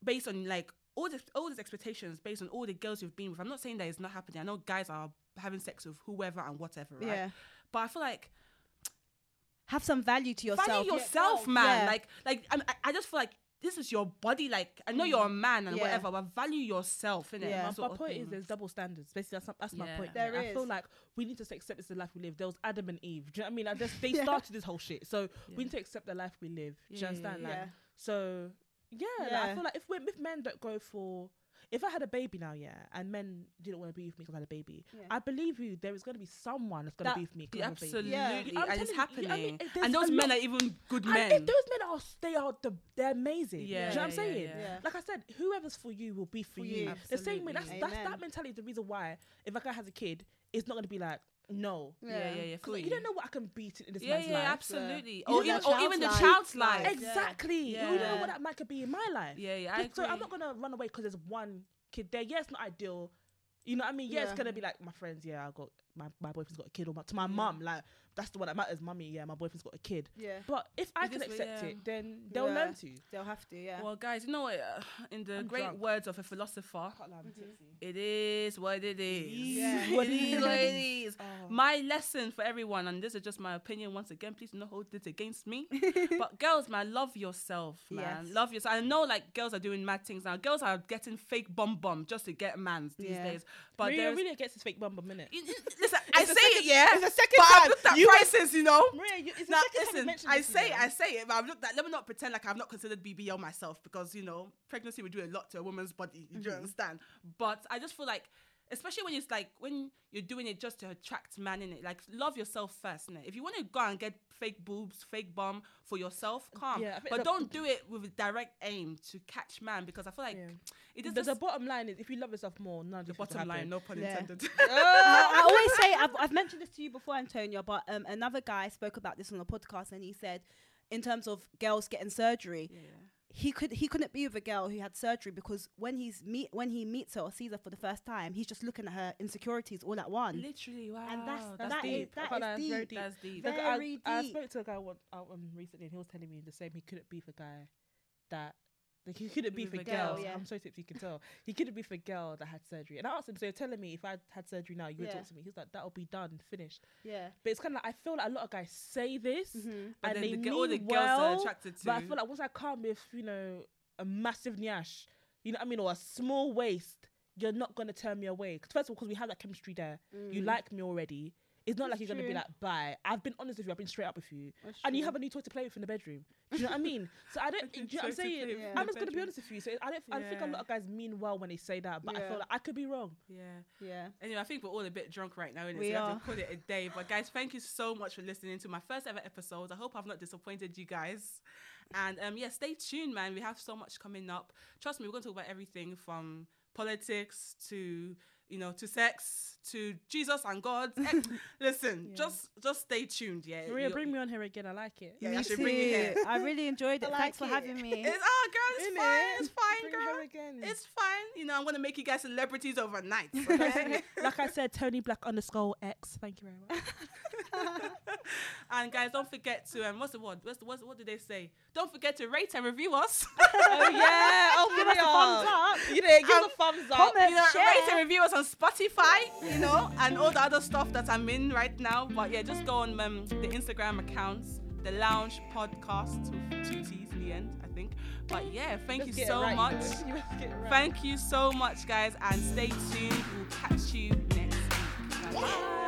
Based on like all this, all these expectations based on all the girls you've been with. I'm not saying that it's not happening. I know guys are having sex with whoever and whatever, right?
Yeah.
But I feel like
have some value to yourself.
Value yourself, man.
Yeah.
Like, like I'm, I- I just feel like this is your body. Like, I know you're a
Mm.
man and
Yeah.
whatever, but value yourself, innit? That
Yeah.
That's my
sort of
point
thing.
is there's double standards. Basically, that's, that's my
Yeah.
point.
There
I feel
is.
like we need to accept this is the life we live. There was Adam and Eve. Do you know what I mean? I just they
Yeah.
started this whole shit, so
Yeah.
we need to accept the life we live. Do
Yeah,
you understand?
yeah,
Like,
yeah.
so yeah, like, I
Yeah.
feel like if we if men don't go for If I had a baby now, yeah, and men didn't want to be with me because I had a baby,
Yeah.
I believe you. There is going to be someone that's going
That-
to be with me. 'cause I have a baby.
Absolutely,
I'm
and it's
telling you,
happening.
I mean, it- there's
and those
a
men
lot-
are even good
And
men.
if those men are, they are the, they're amazing.
Yeah,
do you know what I'm
yeah, yeah,
saying?
yeah.
Yeah.
Like I said, whoever's for you will be for,
For
you.
you.
The same way. That's,
Absolutely.
that's
Amen.
that mentality. is The reason why if a guy has a kid, it's not going to be like no.
yeah, yeah, yeah.
'Cause you don't know what I can beat in this
Yeah,
man's
yeah,
life.
absolutely.
You
Or
don't know
even, or
child's
even the
life.
child's life.
Life.
Exactly.
Yeah.
You don't know
Yeah.
what that might could be in my life.
Yeah, yeah. I
Just- so I'm
agree.
not gonna run away because there's one kid there. Yeah, it's not ideal. You know what I mean? Yeah,
Yeah.
it's gonna be like my friends. Yeah, I got my, my boyfriend's got a kid, or my, to my mum, like that's the one that matters. Mummy, yeah, my boyfriend's got a kid.
Yeah,
But if I
It
can
is what-
accept
yeah.
it, then they'll
Yeah.
learn to.
they'll have to. Yeah.
Well, guys, you know what? uh, In the
I'm
great
drunk.
words of a philosopher,
Mm-hmm.
it is what it is.
Yeah.
it is what it is. My lesson for everyone, and this is just my opinion once again, please do not hold it against me. but girls, man, love yourself, man.
Yes.
Love yourself. I know like girls are doing mad things now. Girls are getting fake bum bum just to get mans these
Yeah.
days. But
Maria
there's
really gets his fake bum bum minute.
You- you- listen, I say
the
it, yeah.
it's the second
but I've
time.
looked at
You-
prices, you know.
Maria, you, it's the
Now
second time you
listen,
mentioned
I
this to
say
me.
it, I say it, but I've looked at. Let me not pretend like I've not considered BBL myself because you know pregnancy would do a lot to a woman's body. You do
Mm-hmm.
understand? But I just feel like, especially when it's like when you're doing it just to attract man in it, like love yourself first. Innit? If you want to go and get fake boobs, fake bum for yourself, calm.
Yeah, I think
but
the-
don't do it with a direct aim to catch man because I feel like
Yeah.
it
The,
doesn't.
the bottom line is, if you love yourself more, none of
the
this would
bottom line,
happen.
no pun
Yeah.
intended.
I I always say I've, I've mentioned this to you before, Antonia, but um, another guy spoke about this on the podcast, and he said, in terms of girls getting surgery, he could he couldn't be with a girl who had surgery because when he's meet when he meets her or sees her for the first time, he's just looking at her insecurities all at one.
Literally, wow.
And that's,
that's
that is-
deep.
deep. I can't
that is
lie, it's very
deep.
deep.
That's deep.
Like,
Very
I, I
deep.
spoke to a guy one, out, um, recently, and he was telling me the same. He couldn't be for a guy that like he couldn't be
With
for
a
girls.
girl, yeah.
I'm so tips you can tell. He couldn't be for a girl that had surgery. And I asked him, so you're telling me if I had surgery now, you would
Yeah.
talk to me. He was like, that'll be done, finished.
Yeah.
But it's kind of like I feel like a lot of guys say this,
Mhm.
But
and
then
they
the
mean
g- all the girls
well.
are attracted
But I
to-
feel like once I come with you know a massive nyash, you know what I mean, or a small waist, you're not gonna turn me away. 'Cause First of all, because we have that chemistry there,
Mm.
you like me already. It's not like
That's
you're gonna be
true.
like, bye. I've been honest with you. I've been straight up with you,
That's
and you
true.
have a new toy to play with in the bedroom. Do you know what I mean? So I don't. do you know what I'm
Toy to
saying?
play with
in
I'm just
the
gonna be
bedroom.
honest with you. So I don't. I don't think a
Yeah.
lot of guys mean well when they say that, but I
Yeah.
feel like I could be wrong.
Yeah.
Yeah.
Anyway, I think we're all a bit drunk right now, innit?
We
so we have
are.
to call it a day. But guys, thank you so much for listening to my first ever episode. I hope I've not disappointed you guys. And um, yeah, stay tuned, man. We have so much coming up. Trust me, we're going to talk about everything from politics to you know to sex to Jesus and God. Eh, Listen, just just stay tuned. Yeah,
Maria,
Uh, You're-
bring me on here again. I like it.
Yeah,
Me
I should bring you here.
too. I really enjoyed
I
it.
like
Thanks for
it.
having me.
It's oh girl, it's
Innit?
fine, it's fine,
Bring her
girl.
again.
It's fine. You know, I'm gonna make you guys celebrities overnight. okay?
like I said, Tony Black underscore X. Thank you very much.
and guys, don't forget to um, what's the word? What's, the, what's what did they say? Don't forget to rate and review us.
oh yeah, oh give
us a thumbs
up. You know, give
And
us a thumbs up.
comment,
you know, rate
share.
and review us on Spotify. You know, and all the other stuff that I'm in right now. But yeah, just go on um, the Instagram accounts, the Lounge Podcast with two T's in the end, I think. But yeah, thank
Let's
you
get it
so
right,
much.
you know. Let's get it right.
Thank you so much, guys, and stay tuned. We'll catch you next week. Bye.